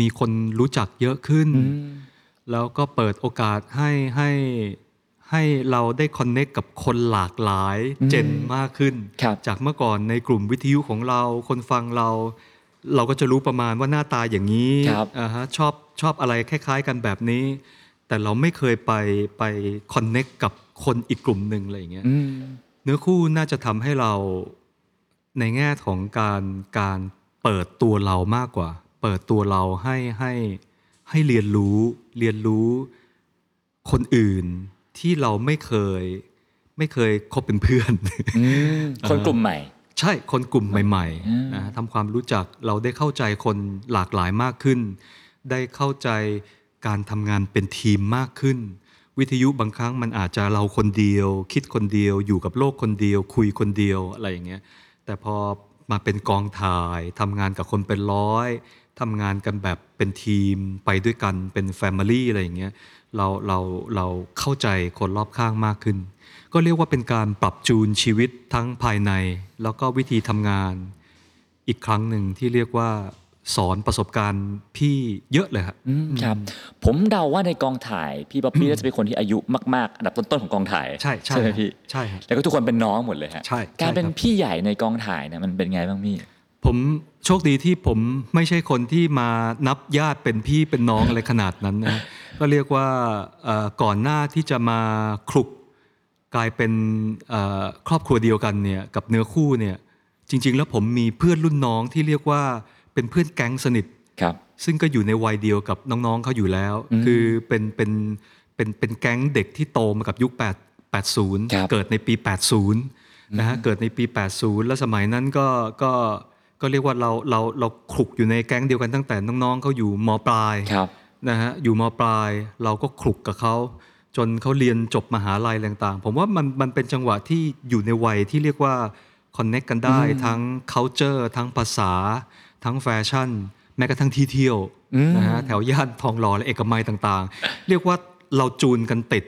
มีคนรู้จักเยอะขึ้น แล้วก็เปิดโอกาสให้ให้ให้เราได้คอนเน็กกับคนหลากหลายเจนมากขึ้น ครับ จากเมื่อก่อนในกลุ่มวิทยุของเรา คนฟังเรา เราก็จะรู้ประมาณว่าหน้าตาอย่างนี้ ครับ อ่าฮะชอบชอบอะไรคล้าย ๆ กันแบบนี้ แต่เราไม่เคยไปไปคอนเน็กกับคนอีกกลุ่มหนึ่งอะไรอย่างเงี้ย อืม เนื้อคู่น่าจะทำให้เราในแง่ของการการเปิดตัวเรามากกว่า เปิดตัวเราให้ให้ให้เรียนรู้เรียนรู้คนอื่นที่เราไม่เคย ไม่เคยคบเป็นเพื่อน อืมคนกลุ่มใหม่ ใช่คนกลุ่มใหม่ อ่า ๆ น นะทำความรู้จักเราได้เข้าใจคนหลากหลายมากขึ้น ได้เข้าใจการทำงานเป็นทีมมากขึ้น วิทยุบางครั้งมันอาจจะเราคนเดียว คิดคนเดียว อยู่กับโลกคนเดียว คุยคนเดียวอะไรอย่างเงี้ยแต่พอมาเป็นกองถ่ายทำงานกับคนเป็นร้อยทำงานกันแบบเป็นทีมไปด้วยกันเป็นแฟมิลี่อะไรอย่างเงี้ยเราเราเราเข้าใจคนรอบข้างมากขึ้น ก็เรียกว่าเป็นการปรับจูนชีวิตทั้งภายใน แล้วก็วิธีทำงาน อีกครั้งหนึ่งที่เรียกว่าสอนประสบการณ์พี่เยอะเลยครับ อืมครับ ผมเดาว่าในกองถ่ายพี่ป๊อปปี้น่าจะเป็นคนที่อายุมากๆอันดับต้นๆของกองถ่าย ใช่ใช่ ไหม ฮะ พี่ ใช่ฮะ แล้วก็ทุกคนเป็นน้องหมดเลยฮะ ใช่ใช่ การเป็น ครับ พี่ใหญ่ในกองถ่ายเนี่ยมันเป็นไงบ้างพี่ ผมโชคดีที่ผมไม่ใช่คนที่มานับญาติเป็นพี่เป็นน้อง อะไรขนาดนั้นนะ ก็เรียกว่าเอ่อก่อนหน้าที่จะมาคลุกกลายเป็นเอ่อครอบครัวเดียวกันเนี่ยกับเนื้อคู่เนี่ยจริง ๆ แล้วผมมีเพื่อนรุ่นน้องที่เรียกว่าเป็นเพื่อนแก๊งสนิท ครับ ซึ่งก็อยู่ในวัยเดียวกับน้องๆเขาอยู่แล้ว อืม คือเป็นเป็นเป็นเป็นแก๊งเด็กที่โตมากับยุค8 80 ครับ เกิดในปี 80 นะฮะ เกิดในปี 80 แล้วสมัยนั้นก็ก็ก็เรียกว่าเราเราเราขลุกอยู่ในแก๊งเดียวกันตั้งแต่น้องๆเขาอยู่มปลาย ครับ นะฮะอยู่มปลายเราก็ขลุกกับเขา จนเขาเรียนจบมหาลัยอะไรต่างๆ ผมว่ามันมันเป็นจังหวะที่อยู่ในวัยที่เรียกว่าคอนเน็กกันได้ทั้ง culture ทั้งภาษา ทั้งแฟชั่น แม้กระทั่งที่เที่ยวนะฮะแถวย่านทองหล่อและเอกมัยต่างๆ เรียกว่าเราจูนกันติด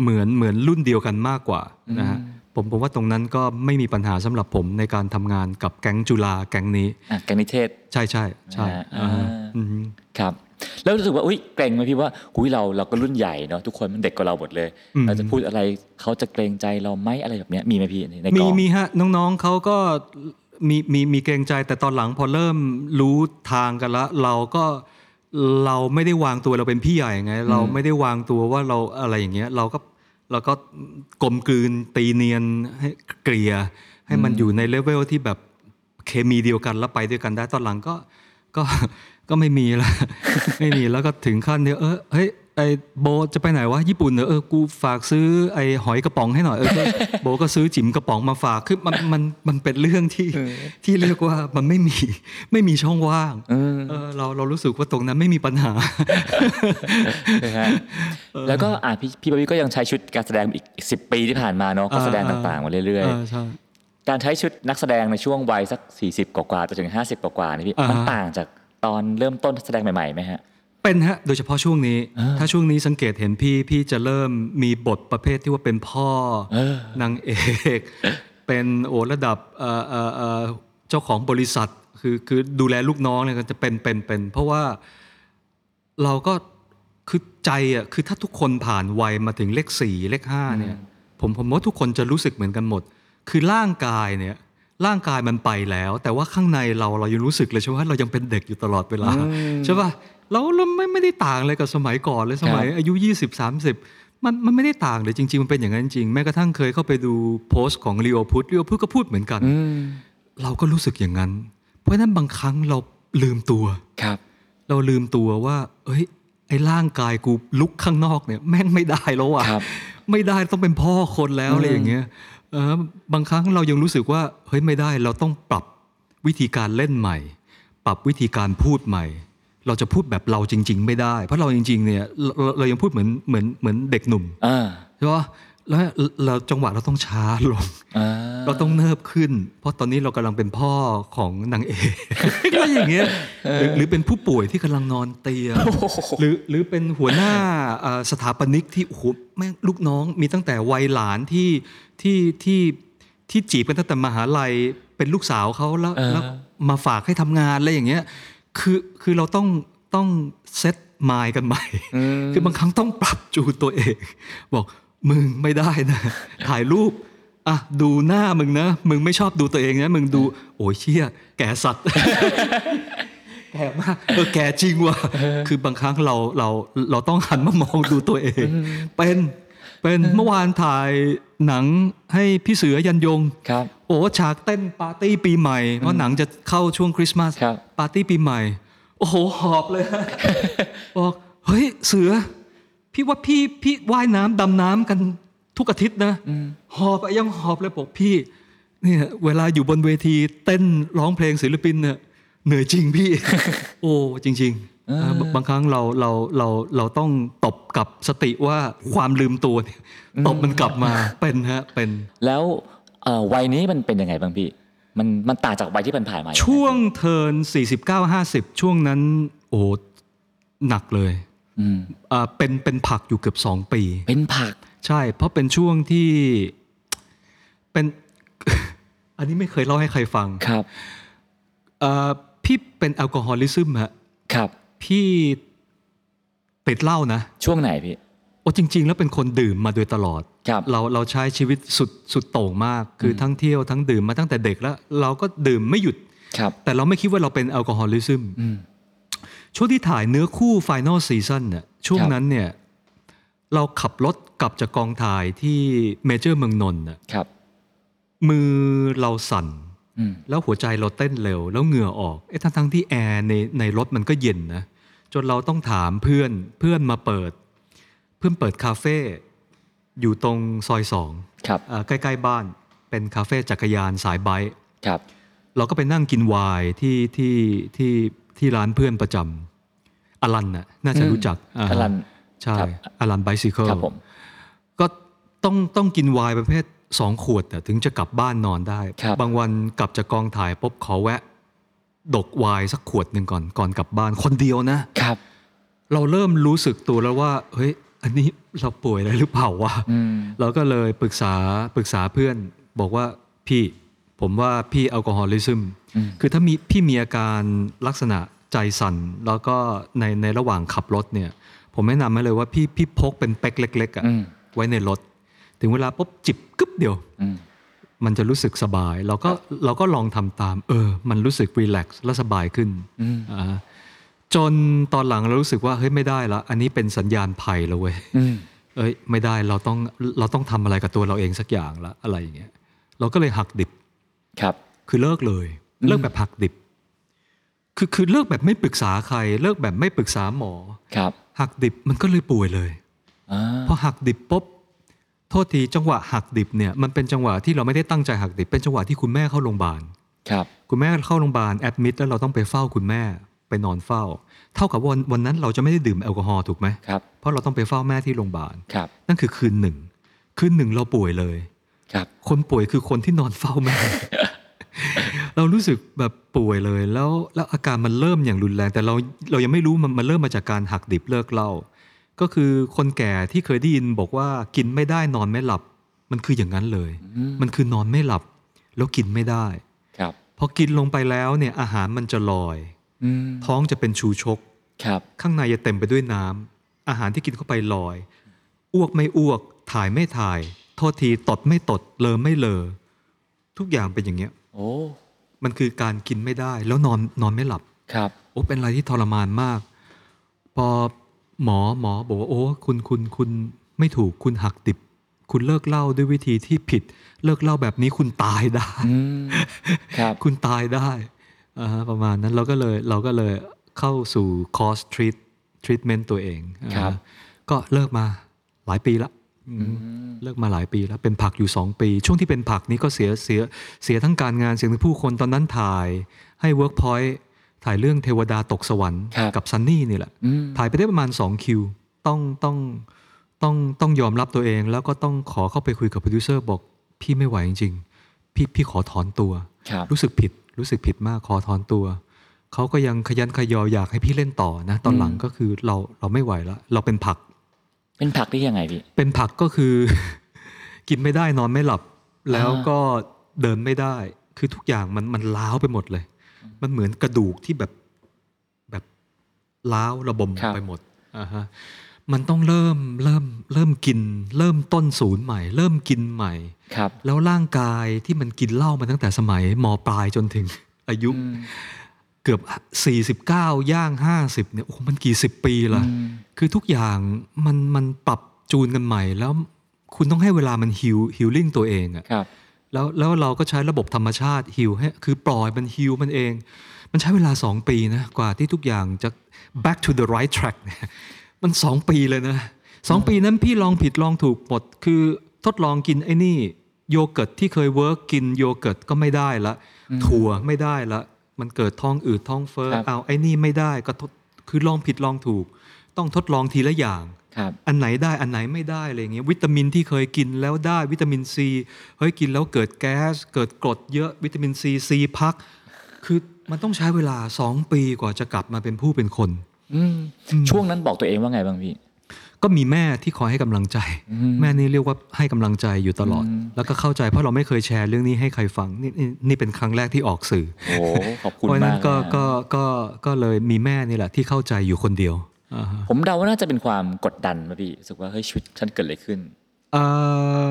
เหมือนเหมือนรุ่นเดียวกันมากกว่านะฮะผมผมว่าตรงนั้นก็ไม่มีปัญหาสำหรับผมในการทำงานกับแก๊งจุฬาแก๊งนี้ อ่ะการนิเทศ ใช่ใช่ใช่ อ่า อ่าอืม ครับแล้วรู้สึกว่าอุ้ยเกรงไหมพี่ว่าอุ้ยเราเราก็รุ่นใหญ่เนาะทุกคนมันเด็กกว่าเราหมดเลย อืม เราจะพูดอะไรเขาจะเกรงใจเราไหมอะไรแบบเนี้ยมีไหมพี่ในในก มี อง มีฮะน้องๆเขาก็มีมีมีเกรงใจแต่ตอนหลังพอเริ่มรู้ทางกันละเราก็เราไม่ได้วางตัวเราเป็นพี่ใหญ่ไง เราไม่ได้วางตัวว่าเราอะไรอย่างเงี้ยเราก็เราก็กลมกลืนตีเนียนให้เกลี่ยให้มันอยู่ในเลเวลที่แบบเคมีเดียวกันแล้วไปด้วยกันได้ตอนหลังก็ก็ก็ไม่มีละ ไม่มีแล้วก็ถึงขั้นเนี่ยเออเฮ้ยไอโบจะไปไหนวะญี่ปุ่นเหรอเออกูฝากซื้อไอหอยกระป๋องให้หน่อยเออก็ โบก็ซื้อจิ๋มกระป๋องมาฝากคือมันมันมันเป็นเรื่องที่ที่เรียกว่ามันไม่มีไม่มีช่องว่าง อืม เออเราเรารู้สึกว่าตรงนั้นไม่มีปัญหา นะฮะแล้วก็อ่ะพี่พี่บอยก็ยังใช้ชุดการแสดงอีกสิบปีที่ผ่านมาเนาะก็แสดง อ่า ต่างๆมาเรื่อย เออใช่ ๆ การใช้ชุดนักแสดงในช่วงวัยสัก 40 กว่าๆจนถึง 50 กว่าๆเนี่ยพี่ อ่ามั มันต่างจากตอนเริ่มต้นแสดงใหม่ๆไหมฮะ เป็นฮะโดยเฉพาะช่วงนี้ อ่า ถ้าช่วงนี้สังเกตเห็นพี่พี่จะเริ่มมีบทประเภทที่ว่าเป็นพ่อ เออน างเอก เป็นโอระดับเอ่อเอ่อเอ่อเจ้าของบริษัทคือคือดูแลลูกน้องเนี่ยก็จะเป็นเป็นเป็น เพราะว่าเราก็คือใจอ่ะคือถ้าทุกคนผ่านวัยมาถึงเลขสี่เลขห้าเนี่ยผมผมว่าทุกคนจะรู้สึกเหมือนกันหมด คือร่างกายเนี่ยร่างกายมันไปแล้ว แต่ว่าข้างในเราเรายังรู้สึกเลยใช่ไหมว่าเรายังเป็นเด็กอยู่ตลอดเวลา อืม ใช่ป่ะแล้วเราไม่ไม่ได้ต่างเลยกับสมัยก่อนเลยสมัยอายุ 20 30 มันมันไม่ได้ต่างเลยจริง ๆ มันเป็นอย่างนั้นจริงแม้กระทั่งเคยเข้าไปดูโพสต์ของลีโอพุทลีโอพุทก็พูดเหมือนกัน เราก็รู้สึกอย่างนั้น เพราะฉะนั้นบางครั้งเราลืมตัว ครับ เราลืมตัวว่า เอ้ย ไอ้ร่างกายกูลุกข้างนอกเนี่ยแม่งไม่ได้แล้วอ่ะ ครับ ไม่ได้ต้องเป็นพ่อคนแล้วอะไรอย่างเงี้ยเออบางครั้งเรายังรู้สึกว่าเฮ้ยไม่ได้เราต้องปรับวิธีการเล่นใหม่ ปรับวิธีการพูดใหม่ เราจะพูดแบบเราจริง ๆ ไม่ได้ เพราะเราจริงๆเนี่ยเราเราเรายังพูดเหมือนเหมือนเหมือนเด็กหนุ่ม อ่า ใช่ปะแล้วเราจังหวะเราต้องช้าลง อ่า เราต้องเนิบขึ้น เพราะตอนนี้เรากำลังเป็นพ่อของนางเอก ก็อย่างเงี้ยหรือหรือเป็นผู้ป่วยที่กำลังนอนเตียงหรือหรือเป็นหัวหน้า เอ่อสถาปนิกที่โอ้โหแม่งลูกน้องมีตั้งแต่วัยหลานที่ที่ที่ที่จีบกันตั้งแต่มหาลัยเป็นลูกสาวเขาแล้วแล้วมาฝากให้ทำงานอะไรอย่างเงี้ยคือคือเราต้องต้องเซตมายกันใหม่ อืม คือบางครั้งต้องปรับจูนตัวเอง บอกมึงไม่ได้นะ ถ่ายรูปอ่ะดูหน้ามึงนะ มึงไม่ชอบดูตัวเองนะ มึงดู โอ้ยเชี่ยแก่สัตว์ แก่มากเออแก่จริงว่ะคือบางครั้งเราเราเราต้องหันมามองดูตัวเอง เป็นเป็นเมื่อวานถ่ายหนังให้พี่เสือยันยง ครับ โอ้ฉากเต้นปาร์ตี้ปีใหม่ เพราะหนังจะเข้าช่วงคริสต์มาส ครับ ปาร์ตี้ปีใหม่ โอ้โห หอบ เลยฮะ บอกเฮ้ยเสือ พี่ว่าพี่พี่ว่ายน้ำดำน้ำกันทุกอาทิตย์นะ หอบอะยังหอบเลยบอกพี่เนี่ยเวลาอยู่บนเวทีเต้นร้องเพลงศิลปินเนี่ยเหนื่อยจริง พี่ โอ้จริงๆเออบางบางครั้งเราเราเราเราต้องตบกับสติว่าความลืมตัวเนี่ยตบมันกลับมาเป็นฮะเป็น แล้วเอ่อวัยนี้มันเป็นยังไงบ้างพี่ มันมันต่างจากวัยที่ผ่านๆมายังไง ช่วงเทิร์น49-50 ช่วงนั้น โอ้หนักเลย อืม อ่าเป็นเป็นผักอยู่เกือบ 2 ปี เป็นผัก ใช่ เพราะเป็นช่วงที่เป็น อันนี้ไม่เคยเล่าให้ใครฟัง ครับ อ่าพี่เป็นแอลกอฮอลิซึมฮะ ครับ พี่ติดเหล้านะ ช่วงไหนพี่ โอ้จริง ๆ แล้วเป็นคนดื่มมาโดยตลอด ครับ เราเราใช้ชีวิตสุดสุดโต่งมาก คือทั้งเที่ยวทั้งดื่มมาตั้งแต่เด็กแล้ว เราก็ดื่มไม่หยุด ครับ แต่เราไม่คิดว่าเราเป็นแอลกอฮอลิซึม อืม ช่วงที่ถ่ายเนื้อคู่ฟ i แนลซีซั่นเนี่ยช่วง ครับ นั้นเนี่ยเราขับรถกลับจากกองถ่ายที่เมเจอร์เมืองนนท์น่ะ ครับ มือเราสั่น อืม แล้วหัวใจเราเต้นเร็ว แล้วเหงื่อออกเอ๊ะทั้งทั้งๆที่แอร์ในในรถมันก็เย็นนะ จนเราต้องถามเพื่อนเพื่อนมาเปิด เพื่อนเปิดคาเฟ่อยู่ตรงซอยสอง ครับ อ่าใกล้ๆบ้านเป็นคาเฟ่จักรยานสายไบค์ ครับ เราก็ไปนั่งกินไวน์ที่ที่ที่ที่ร้านเพื่อนประจำอลันน่ะน่าจะ อืม รู้จักา อลัน ใช่ ครับ อลันไบซิเคิล ครับผม ก็ต้องต้องกินไวน์ประเภทสองขวดน่ะถึงจะกลับบ้านนอนได้ ครับ บางวันกลับจากกองถ่ายปุ๊บขอแวะ ดกไวน์สักขวดหนึ่งก่อนก่อนกลับบ้านคนเดียวนะ ครับ เราเริ่มรู้สึกตัวแล้วว่าเฮ้ยอันนี้เราป่วยอะไรหรือเปล่าวะ อืม เราก็เลยปรึกษาปรึกษาเพื่อนบอกว่าพี่ผมว่าพี่แอลกอฮอลิซึม อืม คือถ้ามีพี่มีอาการลักษณะใจสั่น แล้วก็ในในระหว่างขับรถเนี่ย ผมแนะนำให้เลยว่าพี่พี่พกเป็นเป๊กเล็ก ๆอะ อืม ไว้ในรถ ถึงเวลาปุ๊บจิบกึ๊บเดียว อืม มันจะรู้สึกสบาย เราก็เราก็ลองทำตาม เออ มันรู้สึกรีแลกซ์และสบายขึ้น อืม อ่าจนตอนหลังเรารู้สึกว่าเฮ้ยไม่ได้ละอันนี้เป็นสัญญาณภัยแล้วเว้ย อืม เอ้ยไม่ได้เราต้องเราต้องทำอะไรกับตัวเราเองสักอย่างละอะไรอย่างเงี้ยเราก็เลยหักดิบ ครับ คือเลิกเลย เลิกแบบหักดิบ คือคือเลิกแบบไม่ปรึกษาใคร เลิกแบบไม่ปรึกษาหมอ ครับ หักดิบมันก็เลยป่วยเลย อ่า พอหักดิบปุ๊บโทษทีจังหวะหักดิบเนี่ยมันเป็นจังหวะที่เราไม่ได้ตั้งใจหักดิบ เป็นจังหวะที่คุณแม่เข้าโรงพยาบาล ครับ คุณแม่เข้าโรงพยาบาลแอดมิดแล้วเราต้องไปเฝ้าคุณแม่ไปนอนเฝ้า เท่ากับวันวันนั้นเราจะไม่ได้ดื่มแอลกอฮอล์ถูกไหม ครับ เพราะเราต้องไปเฝ้าแม่ที่โรงพยาบาล ครับ นั่นคือคืนหนึ่ง คืนหนึ่งเราป่วยเลย ครับ คนป่วยคือคนที่นอนเฝ้าแม่ เรารู้สึกแบบป่วยเลย แล้วแล้วอาการมันเริ่มอย่างรุนแรง แต่เราเรายังไม่รู้มันมันเริ่มมาจากการหักดิบเลิกเหล้าก็คือคนแก่ที่เคยได้ยินบอกว่ากินไม่ได้นอนไม่หลับ มันคืออย่างนั้นเลย อืม มันคือนอนไม่หลับ แล้วกินไม่ได้ ครับ พอกินลงไปแล้วเนี่ยอาหารมันจะลอย อืม ท้องจะเป็นชูชก ครับ ข้างในจะเต็มไปด้วยน้ำอาหารที่กินเข้าไปลอย อ้วกไม่อ้วก ถ่ายไม่ถ่าย โทษทีตดไม่ตด เลอไม่เลอ ทุกอย่างเป็นอย่างเงี้ย โอ้ มันคือการกินไม่ได้ แล้วนอนนอนไม่หลับ ครับ โอ้เป็นอะไรที่ทรมานมาก พอหมอหมอบอกว่าโอ้คุณคุณคุณไม่ถูกคุณหักดิบ คุณเลิกเหล่าด้วยวิธีที่ผิด เลิกเหล่าแบบนี้คุณตายได้ อืม ครับ คุณตายได้อ่าฮะประมาณนั้นเราก็เลยเราก็เลยเข้าสู่คอร์สทรีททรีทเมนต์ตัวเอง ครั อ่า บ ก็เลิกมาหลายปีละอืมเลิกมาหลายปีแล้วเป็นผักอยู่ 2 ปี ช่วงที่เป็นผักนี้ก็เสียเสียเสียทั้งการงานเสียทั้งผู้คนตอนนั้นถ่ายให้ Workpoint ถ่ายเรื่องเทวดาตกสวรรค์ ครับ กับซันนี่นี่แหละ อืม ถ่ายไปได้ประมาณ 2 คิว ต้องต้องต้องต้องยอมรับตัวเอง แล้วก็ต้องขอเข้าไปคุยกับโปรดิวเซอร์บอก พี่ไม่ไหวจริงๆ พี่พี่ขอถอนตัว ครับ รู้สึกผิด รู้สึกผิดมากขอถอนตัว เขาก็ยังขยันขยออยากให้พี่เล่นต่อนะ ตอนหลัง อืม ก็คือเราเราไม่ไหวแล้ว เราเป็นผัก เป็นผักได้ยังไงพี่ เป็นผักก็คือ กินไม่ได้นอนไม่หลับ แล้วก็เดินไม่ได้ คือทุกอย่างมันมันล้าวไปหมดเลย มันเหมือนกระดูกที่แบบแบบล้าวระบม ครับ ไปหมดอ่าฮะมันต้องเริ่มเริ่มเริ่มกิน เริ่มต้นศูนย์ใหม่ เริ่มกินใหม่ ครับ แล้วร่างกายที่มันกินเหล้ามาตั้งแต่สมัยมปลายจนถึง อายุ อืม เกือบ 49 ย่าง 50เนี่ยโอ้โหมันกี่สิบปีละ อืม คือทุกอย่างมันมันปรับจูนกันใหม่ แล้วคุณต้องให้เวลามันฮิวฮิลลิ่งตัวเองอะ ครับ แล้วแล้วเราก็ใช้ระบบธรรมชาติฮิวให้คือปล่อยมันฮิวมันเอง มันใช้เวลา 2 ปีนะกว่าที่ทุกอย่างจะ back to the right track เนี่ยมัน 2 ปีเลยนะ 2 ปีนั้นพี่ลองผิดลองถูกหมด คือทดลองกินไอ้นี่ โยเกิร์ตที่เคยเวิร์กกินโยเกิร์ตก็ไม่ได้ละ ถั่วไม่ได้ละ มันเกิดท้องอืดท้องเฟ้อ ครับ เอาไอ้นี่ไม่ได้ก็ทดคือลองผิดลองถูก ต้องทดลองทีละอย่าง ครับ อันไหนได้อันไหนไม่ได้อะไรอย่างเงี้ยวิตามินที่เคยกินแล้วได้วิตามินซีเฮ้ยกินแล้วเกิดแก๊ส เกิดกรดเยอะวิตามินซีซีพัก คือมันต้องใช้เวลา 2 ปีกว่าจะกลับมาเป็นผู้เป็นคน อืมช่วงนั้นบอกตัวเองว่าไงบ้างพี่ ก็มีแม่ที่คอยให้กำลังใจ แม่นี่เรียกว่าให้กำลังใจอยู่ตลอด แล้วก็เข้าใจเพราะเราไม่เคยแชร์เรื่องนี้ให้ใครฟังนี่นี่นี่เป็นครั้งแรกที่ออกสื่อ โอ้โหขอบคุณ เพราะฉะนั้ มาน ก ก็ นะ ก็ก็ก็เลยมีแม่นี่แหละที่เข้าใจอยู่คนเดียวอ่าฮะ ผมเดาว่าน่าจะเป็นความกดดันมาพี่รู้สึกว่าเฮ้ยชีวิตฉันเกิดอะไรขึ้น เอ่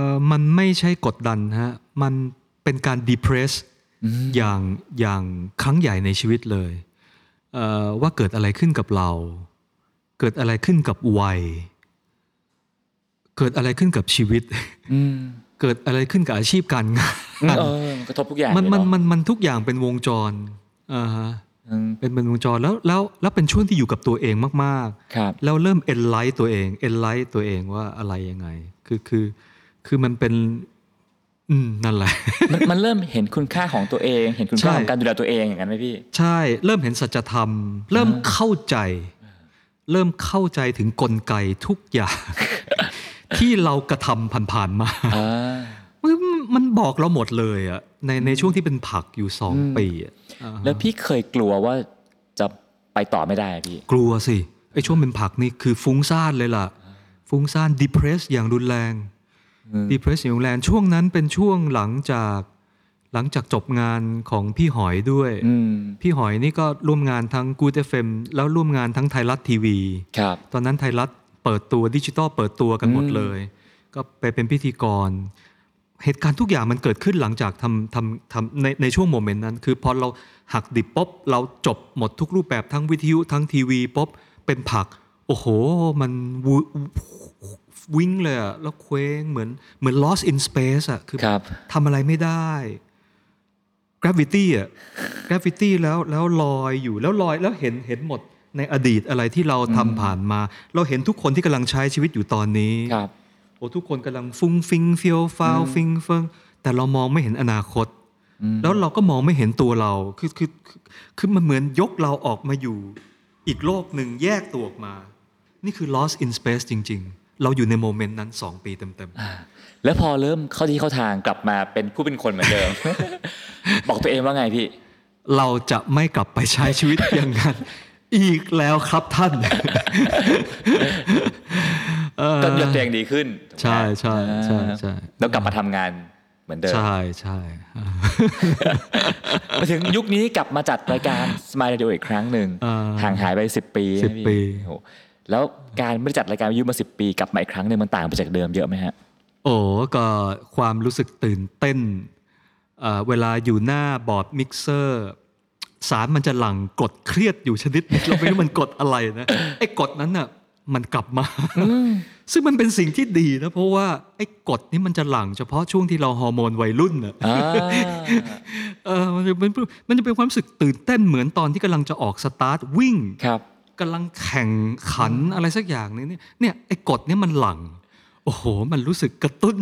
อมันไม่ใช่กดดันฮะ มันเป็นการ depress อย่างอย่างครั้งใหญ่ในชีวิตเลยเอ่อว่าเกิดอะไรขึ้นกับเรา เกิดอะไรขึ้นกับวัย เกิดอะไรขึ้นกับชีวิต อืม เกิดอะไรขึ้นกับอาชีพการงาน เออมันกระทบทุกอย่าง มัน เลย มัน เนาะ มันมันทุกอย่างเป็นวงจรอ่าฮะ อืม เป็นเป็นวงจรแล้วแล้วแล้วเป็นช่วงที่อยู่กับตัวเองมาก ๆ ครับ แล้วเริ่มเอ็นไลท์ตัวเองเอ็นไลท์ตัวเองว่าอะไรยังไง คือคือ คือมันเป็น อืม นั่นแหละ มันมันเริ่มเห็นคุณค่าของตัวเอง เห็นคุณค่า ใช่ ของการดูแลตัวเองอย่างนั้นไหมพี่ ใช่ เริ่มเห็นสัจธรรม เริ่มเข้าใจ เริ่มเข้าใจถึงกลไกทุกอย่าง ที่เรากระทำผ่านๆมา อ่า มันมันบอกเราหมดเลยอะในในช่วงที่เป็นผักอยู่สอง อืม ปีอะ แล้วพี่เคยกลัวว่าจะไปต่อไม่ได้พี่ กลัวสิไอช่วงเป็นผักนี่คือฟุ้งซ่านเลยล่ะ ฟุ้งซ่าน depress อย่างรุนแรง อืม ดีเพรสสิ n งแลนช่วงนั้นเป็นช่วงหลังจากหลังจากจบงานของพี่หอยด้วย อืม พี่หอยนี่ก็ร่วมงานทั้งกู o เ FM แล้วร่วมงานทั้งไทยรัฐทีวี ครับ ตอนนั้นไทยรัฐเปิดตัวดิจิตอลเปิดตัวกันหมดเลย ก็ไปเป็นพิธีกร เหตุการณ์ทุกอย่างมันเกิดขึ้นหลังจากทำทำทำในในช่วงโมเมนต์นั้น คือพอเราหักดิบป๊บเราจบหมดทุกรูปแบบทั้งวิทยุทั้งทีวีป๊บเป็นผัก โอ้โห มันวูวิ่งเลยอะแล้วเคว้งเหมือนเหมือน lost in space อะคือ ครับ ทำอะไรไม่ได้ gravity อ่ะ gravity แล้วแล้วลอยอยู่แล้วลอยแล้วเห็นเห็นหมดในอดีตอะไรที่เราทำผ่านมา เราเห็นทุกคนที่กำลังใช้ชีวิตอยู่ตอนนี้ ครับ โอ้ทุกคนกำลังฟุ้งฟิงเฟียวฟาวฟิงเฟิงแต่เรามองไม่เห็นอนาคต แล้วเราก็มองไม่เห็นตัวเราคือคือคือคือมันเหมือนยกเราออกมาอยู่ อีกโลกหนึ่งแยกตัวออกมา นี่คือ lost in space จริง ๆ เราอยู่ในโมเมนต์นั้นสองปีเต็มๆ แล้วพอเริ่มเข้าที่เข้าทางกลับมาเป็นผู้เป็นคนเหมือนเดิม บอกตัวเองว่าไงพี่ เราจะไม่กลับไปใช้ชีวิตอย่างนั้น อีกแล้วครับท่านเอ่อ ก็ดูแลตัวเองดีขึ้นถูกไหม ใช่ใช่ใช่ อ่า ใช่ แล้วกลับมาทำงานเหมือนเดิม ใช่ใช่ มาถึงยุคนี้กลับมาจัดรายการ Smile Radio อีกครั้งหนึ่ง า ห่างหายไป 10 ปี สิบ ใช่ไหมพี่ ปี โอ้โหแล้วการไม่ได้จัดรายการวิทยุมา 10 ปี กลับมาอีกครั้งหนึ่งมันต่างไปจากเดิมเยอะไหมฮะ โอ้ก็ความรู้สึกตื่นเต้นเอ่อเวลาอยู่หน้าบอร์ดมิกเซอร์ สารมันจะหลั่งกรดเครียดอยู่ชนิดหนึ่งเราไม่รู้มันกรดอะไรนะ ไอ้กรดนั้นน่ะมันกลับมา ซึ่งมันเป็นสิ่งที่ดีนะเพราะว่าไอ้กรดนี่มันจะหลั่งเฉพาะช่วงที่เราฮอร์โมนวัยรุ่นน่ะ อ่า เออมันจะเป็นมันจะเป็นความรู้สึกตื่นเต้นเหมือนตอนที่กำลังจะออกสตาร์ทวิ่ง ครับ กำลังแข่งขันอะไรสักอย่างหนึงเนี่ยเนี่ยไอ้กฎเนี่ยมันหลัง โอ้โห มันรู้สึกกระตุ้น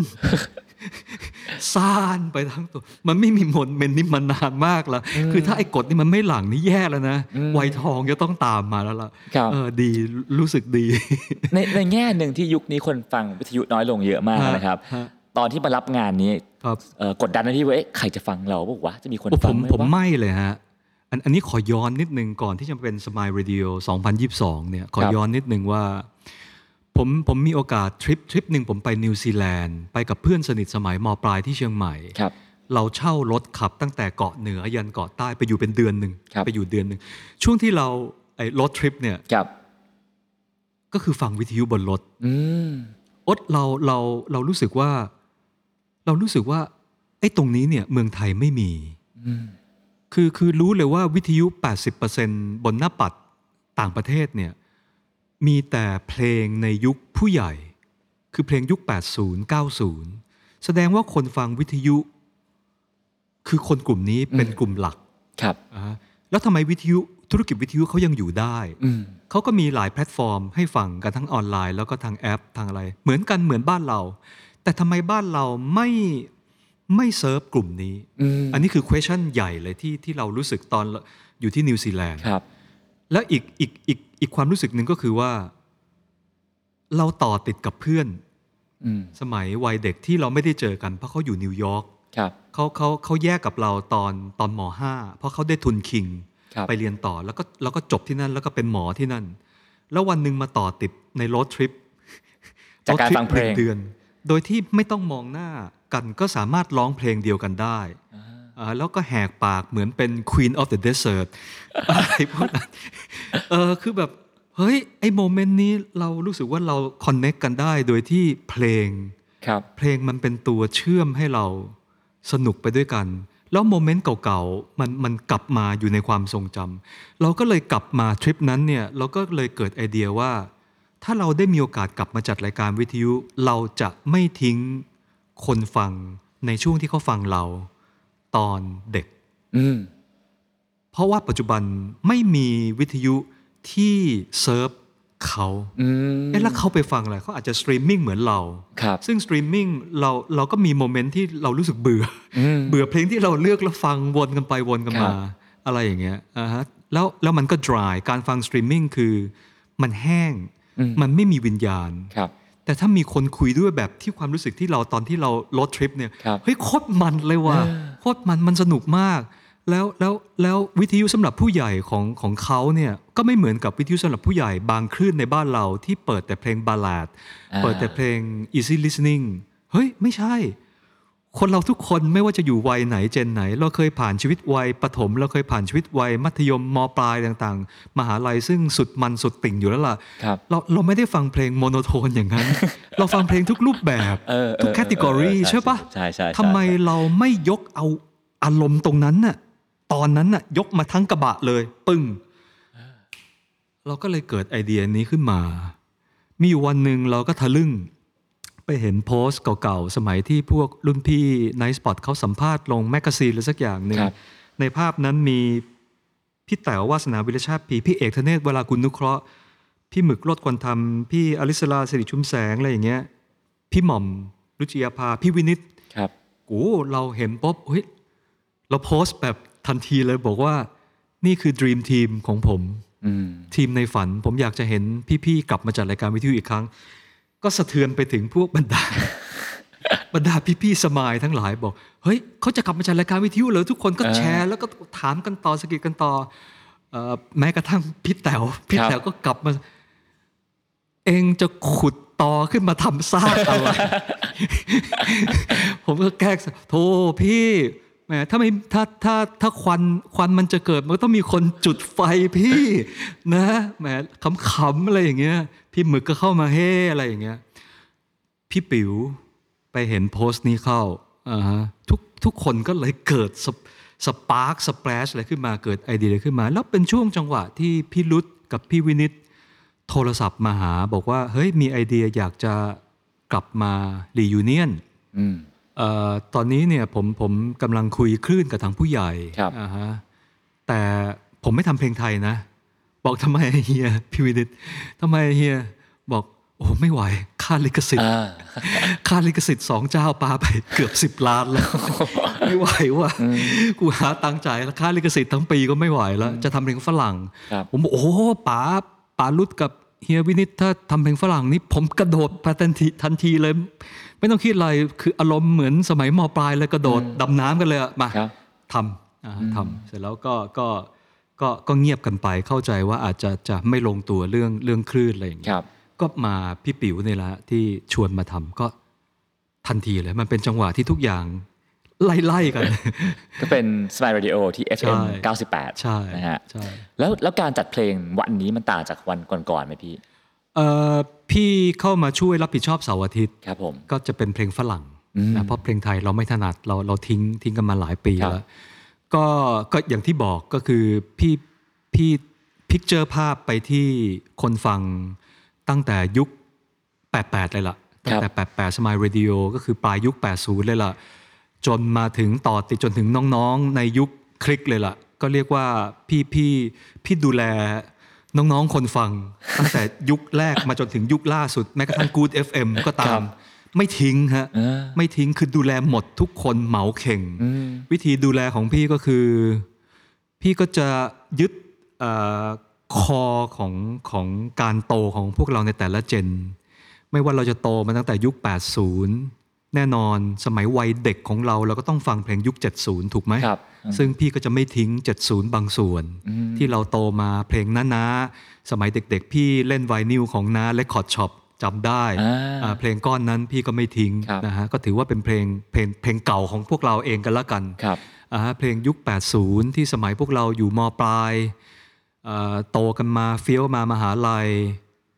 ซ่านไปทั้งตัว มันไม่มีมนต์เมนนี่มันนานมากละคือถ้าไอ้กฎนี่มันไม่หลังนี่แย่แล้วนะวัยทองจะต้องตามมาแล้วล่ะ ครับ เออดีรู้สึกดี ในในแง่หนึ่งที่ยุคนี้คนฟังวิทยุน้อยลงเยอะมาก ฮะ นะครับ ฮะ ตอนที่มารับงานนี้ ครับ เอ่อกดดันนะที่ว่าเอ๊ะใครจะฟังเราบอกว่าจะมีคน โอ้ผ ฟัง ม ไหม ผม วะ ไม่เลยฮะอันอันนี้ขอย้อนนิดนึงก่อนที่จะมาเป็นสมายเรดิโอ2022 เนี่ย ขอ ครับ ย้อนนิดนึงว่า ผมผมมีโอกาสทริปทริปหนึ่งผมไปนิวซีแลนด์ไปกับเพื่อนสนิทสมัยมปลายที่เชียงใหม่ ครับ เราเช่ารถขับตั้งแต่เกาะเหนือยันเกาะใต้ไปอยู่เป็นเดือนหนึ่ง ครับ ไปอยู่เดือนหนึ่งช่วงที่เราไอ้รถทริปเนี่ย ครับ ก็คือฟังวิทยุบนรถ อืม อดเราเราเรารู้สึกว่า เรารู้สึกว่าไอ้ตรงนี้เนี่ยเมืองไทยไม่มี อืม คือคือรู้เลยว่าวิทยุ 80%บนหน้าปัดต่างประเทศเนี่ยมีแต่เพลงในยุคผู้ใหญ่ คือเพลงยุค 80 90 แสดงว่าคนฟังวิทยุ คือคนกลุ่มนี้เป็นกลุ่มหลัก ครับ อ่าแล้วทำไมวิทยุธุรกิจวิทยุเขายังอยู่ได้ อืม เขาก็มีหลายแพลตฟอร์มให้ฟังกันทั้งออนไลน์ แล้วก็ทางแอปทางอะไร เหมือนกันเหมือนบ้านเรา แต่ทำไมบ้านเราไม่ไม่เซิร์ฟกลุ่มนี้ อืม อันนี้คือ question ใหญ่เลยที่ที่เรารู้สึกตอนอยู่ที่นิวซีแลนด์ ครับ แล้วอีกอีกอีกอีกความรู้สึกหนึ่งก็คือว่า เราต่อติดกับเพื่อน อืม สมัยวัยเด็กที่เราไม่ได้เจอกันเพราะเขาอยู่นิวยอร์ก ครับ เขาเขาเขาแยกกับเราตอนตอนหมอห้าเพราะเขาได้ทุนคิง ครับ ไปเรียนต่อแล้วก็แล้วก็จบที่นั่นแล้วก็เป็นหมอที่นั่น แล้ววันหนึ่งมาต่อติดในรถทริป จากการฟังเพล ห ง นึ่เดือน โดยที่ไม่ต้องมองหน้ากันก็สามารถร้องเพลงเดียวกันได้อ่าแล้วก็แหกปากเหมือนเป็น Queen of the Desert อะไรพวกนั้นเออคือแบบ เฮ้ย ไอ้โมเมนต์นี้เรารู้สึกว่าเราคอนเน็กกันได้โดยที่เพลง ครับ เพลงมันเป็นตัวเชื่อมให้เราสนุกไปด้วยกัน แล้วโมเมนต์เก่าๆมันมันกลับมาอยู่ในความทรงจำเราก็เลยกลับมาทริปนั้นเนี่ยเราก็เลยเกิดไอเดียว่า ถ้าเราได้มีโอกาสกลับมาจัดรายการวิทยุ เราจะไม่ทิ้งคนฟังในช่วงที่เขาฟังเราตอนเด็ก อืม เพราะว่าปัจจุบันไม่มีวิทยุที่เซิร์ฟเขา อืม เอ๊ะแล้วเขาไปฟังอะไรเขาอาจจะสตรีมมิ่งเหมือนเรา ครับ ซึ่งสตรีมมิ่งเราเราก็มีโมเมนต์ที่เรารู้สึกเบื่ออ อืม เบื่อเพลงที่เราเลือกแล้วฟังวนกันไปวนกันมา ครับ อะไรอย่างเงี้ยอ่าฮะแล้วแล้วมันก็ dry การฟังสตรีมมิ่งคือมันแห้ง มันไม่มีวิญญาณ ครับ แต่ถ้ามีคนคุยด้วยแบบที่ความรู้สึกที่เราตอนที่เราลดทริปเนี่ย ครับ เฮ้ยโคตรมันเลยว่ะโคตรมันมันสนุกมาก แล้วแล้วแล้ววิทยุสำหรับผู้ใหญ่ของของเขาเนี่ยก็ไม่เหมือนกับวิทยุสำหรับผู้ใหญ่บางคลื่นในบ้านเราที่เปิดแต่เพลงบาลาด อ่า เปิดแต่เพลง easy listening เฮ้ย ไม่ใช่ คนเราทุกคนไม่ว่าจะอยู่วัยไหนเจนไหน เราเคยผ่านชีวิตวัยประถม เราเคยผ่านชีวิตวัยมัธยมมปลายต่างๆ มหาลัยซึ่งสุดมันสุดติ่งอยู่แล้วล่ะ ครับ เราเราไม่ได้ฟังเพลงโมโนโทนอย่าง นั้น เราฟังเพลงทุกรูปแบบ เออเออ ทุก เออ แคตต g กรี เออเออ ใช่ปะ ใช่ใช่ใช่ ทำไม ใช่ เราไม่ยกเอาอารมณ์ตรงนั้นน่ะตอนนั้นน่ะยกมาทั้งกระบะเลย ปึ้ง เราก็เลยเกิดไอเดียนี้ขึ้นมา มีอยู่วันหนึ่งเราก็ทะลึ่ง ไปเห็นโพสต์เก่าๆ สมัยที่พวกรุ่นพี่ไนสปอตเขาสัมภาษณ์ลงแมกกาซีนหรือสักอย่างหนึ่ง ครับ ในภาพนั้นมีพี่แต๋ววาสนาวิรชาติพีพี่เอกธเนศเวลาคุณนุเคราะห์ พี่หมึกรถควรทำพี่อลิสลาสิริชุมแสง อะไรอย่างเงี้ย พี่หม่อมรุจิยาภา พี่วินิต ครับ กูเราเห็นปุ๊บเฮ้ยเราโพสต์แบบทันทีเลยบอกว่า นี่คือ Dream Team ของผม อืม ทีมในฝัน ผมอยากจะเห็นพี่ ๆ กลับมาจัดรายการวิทยุอีกครั้ง ก็สะเทือนไปถึงพวกบรรดา บรรดาพี่ ๆ สมายทั้งหลายบอก เฮ้ย เขาจะกลับมาจัดรายการวิทยุเหรอทุกคนก็แชร์ แล้วก็ถามกันต่อสะกิดกันต่อเอ่อแม้กระทั่ง พี่แต๋วพี่แต๋วก็กลับมา เองจะขุดต่อขึ้นมาทำซากอะไร ผมก็แกล้งโทพี่แหมถ้าไม่ถ้าถ้าถ้าควันควันมันจะเกิด มันก็ต้องมีคนจุดไฟพี่ นะแหมขำๆอะไรอย่างเงี้ย พี่หมึกก็เข้ามาเฮ้อะไรอย่างเงี้ย พี่ปิ๋วไปเห็นโพสต์นี้เข้าอ่าฮะทุกทุกคนก็เลยเกิดสปสปาร์กสเปรชอะไรขึ้นมาเกิดไอเดียอะไรขึ้นมา แล้วเป็นช่วงจังหวะที่พี่รุตกับพี่วินิต โทรศัพท์มาหาบอกว่า เฮ้ย มีไอเดียอยากจะกลับมารียูเนียน อืม เอ่อตอนนี้เนี่ยผมผมกำลังคุยคลื่นกับทางผู้ใหญ่ ครับ อ่าฮะแต่ผมไม่ทำเพลงไทยนะ บอกทำไมเฮียพิวินิตทำไมเฮียบอก โอ้ไม่ไหวค่าลิขสิทธิ์ อ่า ค่าลิขสิทธิ์สองเจ้าปาไป เกือบสิบล้านแล้ว ไม่ไหวว่ะกูหาตังค์จ่ายค่าลิขสิทธิ์ทั้งปีก็ไม่ไหวแล้ว จะทำเพลงฝรั่ง ครับ ผมบอกโอ้โหป๋าป๋ารุดกับเฮียวินิตถ้าทำเพลงฝรั่งนี่ผมกระโดดไปทันทีทันทีเลย ไม่ต้องคิดอะไรคืออารมณ์เหมือนสมัยมปลายเลยกระโดดดำน้ำกันเลยอะมา ครับ ทำอ่าทำเสร็จแล้วก็ก็ก็ก็เงียบกันไปเข้าใจว่าอาจจะจะไม่ลงตัวเรื่องเรื่องคลื่นอะไรอย่างเงี้ย ครับ ก็มาพี่ปิ๋วเนี่ยละที่ชวนมาทำก็ทันทีเลย มันเป็นจังหวะที่ทุกอย่างไล่ๆกัน ก็เป็น Smile Radio ที่ FM ใช่ 98 ใช่ นะฮะ ใช่ แล้วแล้วการจัดเพลงวันนี้มันต่างจากวันก่อนๆไหมพี่ เอ่อพี่เข้ามาช่วยรับผิดชอบเสาร์อาทิตย์ ครับผม ก็จะเป็นเพลงฝรั่ง อืม นะเพราะเพลงไทยเราไม่ถนัดเราเราทิ้งทิ้งกันมาหลายปี ครับ แล้วก็ก็อย่างที่บอกก็คือพี่พี่พิกเจอร์ภาพไปที่คนฟังตั้งแต่ยุค 88 เลยล่ะ ตั้งแต่ 88 สมัยเรดิโอก็คือปลายยุค 80 เลยล่ะ จนมาถึงต่อติดจนถึงน้องๆ ในยุคคลิกเลยล่ะ ก็เรียกว่าพี่พี่พี่ดูแลน้องๆ คนฟัง ตั้งแต่ยุคแรกมาจนถึงยุคล่าสุด แม้กระทั่ง Good FM ก็ตา ครั ม บ ไม่ทิ้งฮะ อ่า ไม่ทิ้งคือดูแลหมดทุกคนเหมาเข่ง อืม วิธีดูแลของพี่ก็คือ พี่ก็จะยึดเอคอของของการโตของพวกเราในแต่ละเจน ไม่ว่าเราจะโตมาตั้งแต่ยุค 80 แน่นอนสมัยวัยเด็กของเราเราก็ต้องฟังเพลงยุค 70 ถูกไหม ครับ ซึ่งพี่ก็จะไม่ทิ้ง 70 บางส่วน อืม ที่เราโตมาเพลงน้านาๆสมัยเด็กๆ พี่เล่นไวนิลของน้าและคอร์ดช็อปจำได้ อ่า อ่าเพลงก้อนนั้นพี่ก็ไม่ทิ้ง ครับ นะฮะก็ถือว่าเป็นเพลงเพลงเพลงเก่าของพวกเราเองกันละกัน ครับ อ่าฮะเพลงยุค 80 ที่สมัยพวกเราอยู่มปลายเอ่อโตกันมาเฟี้ยวมามหาลัย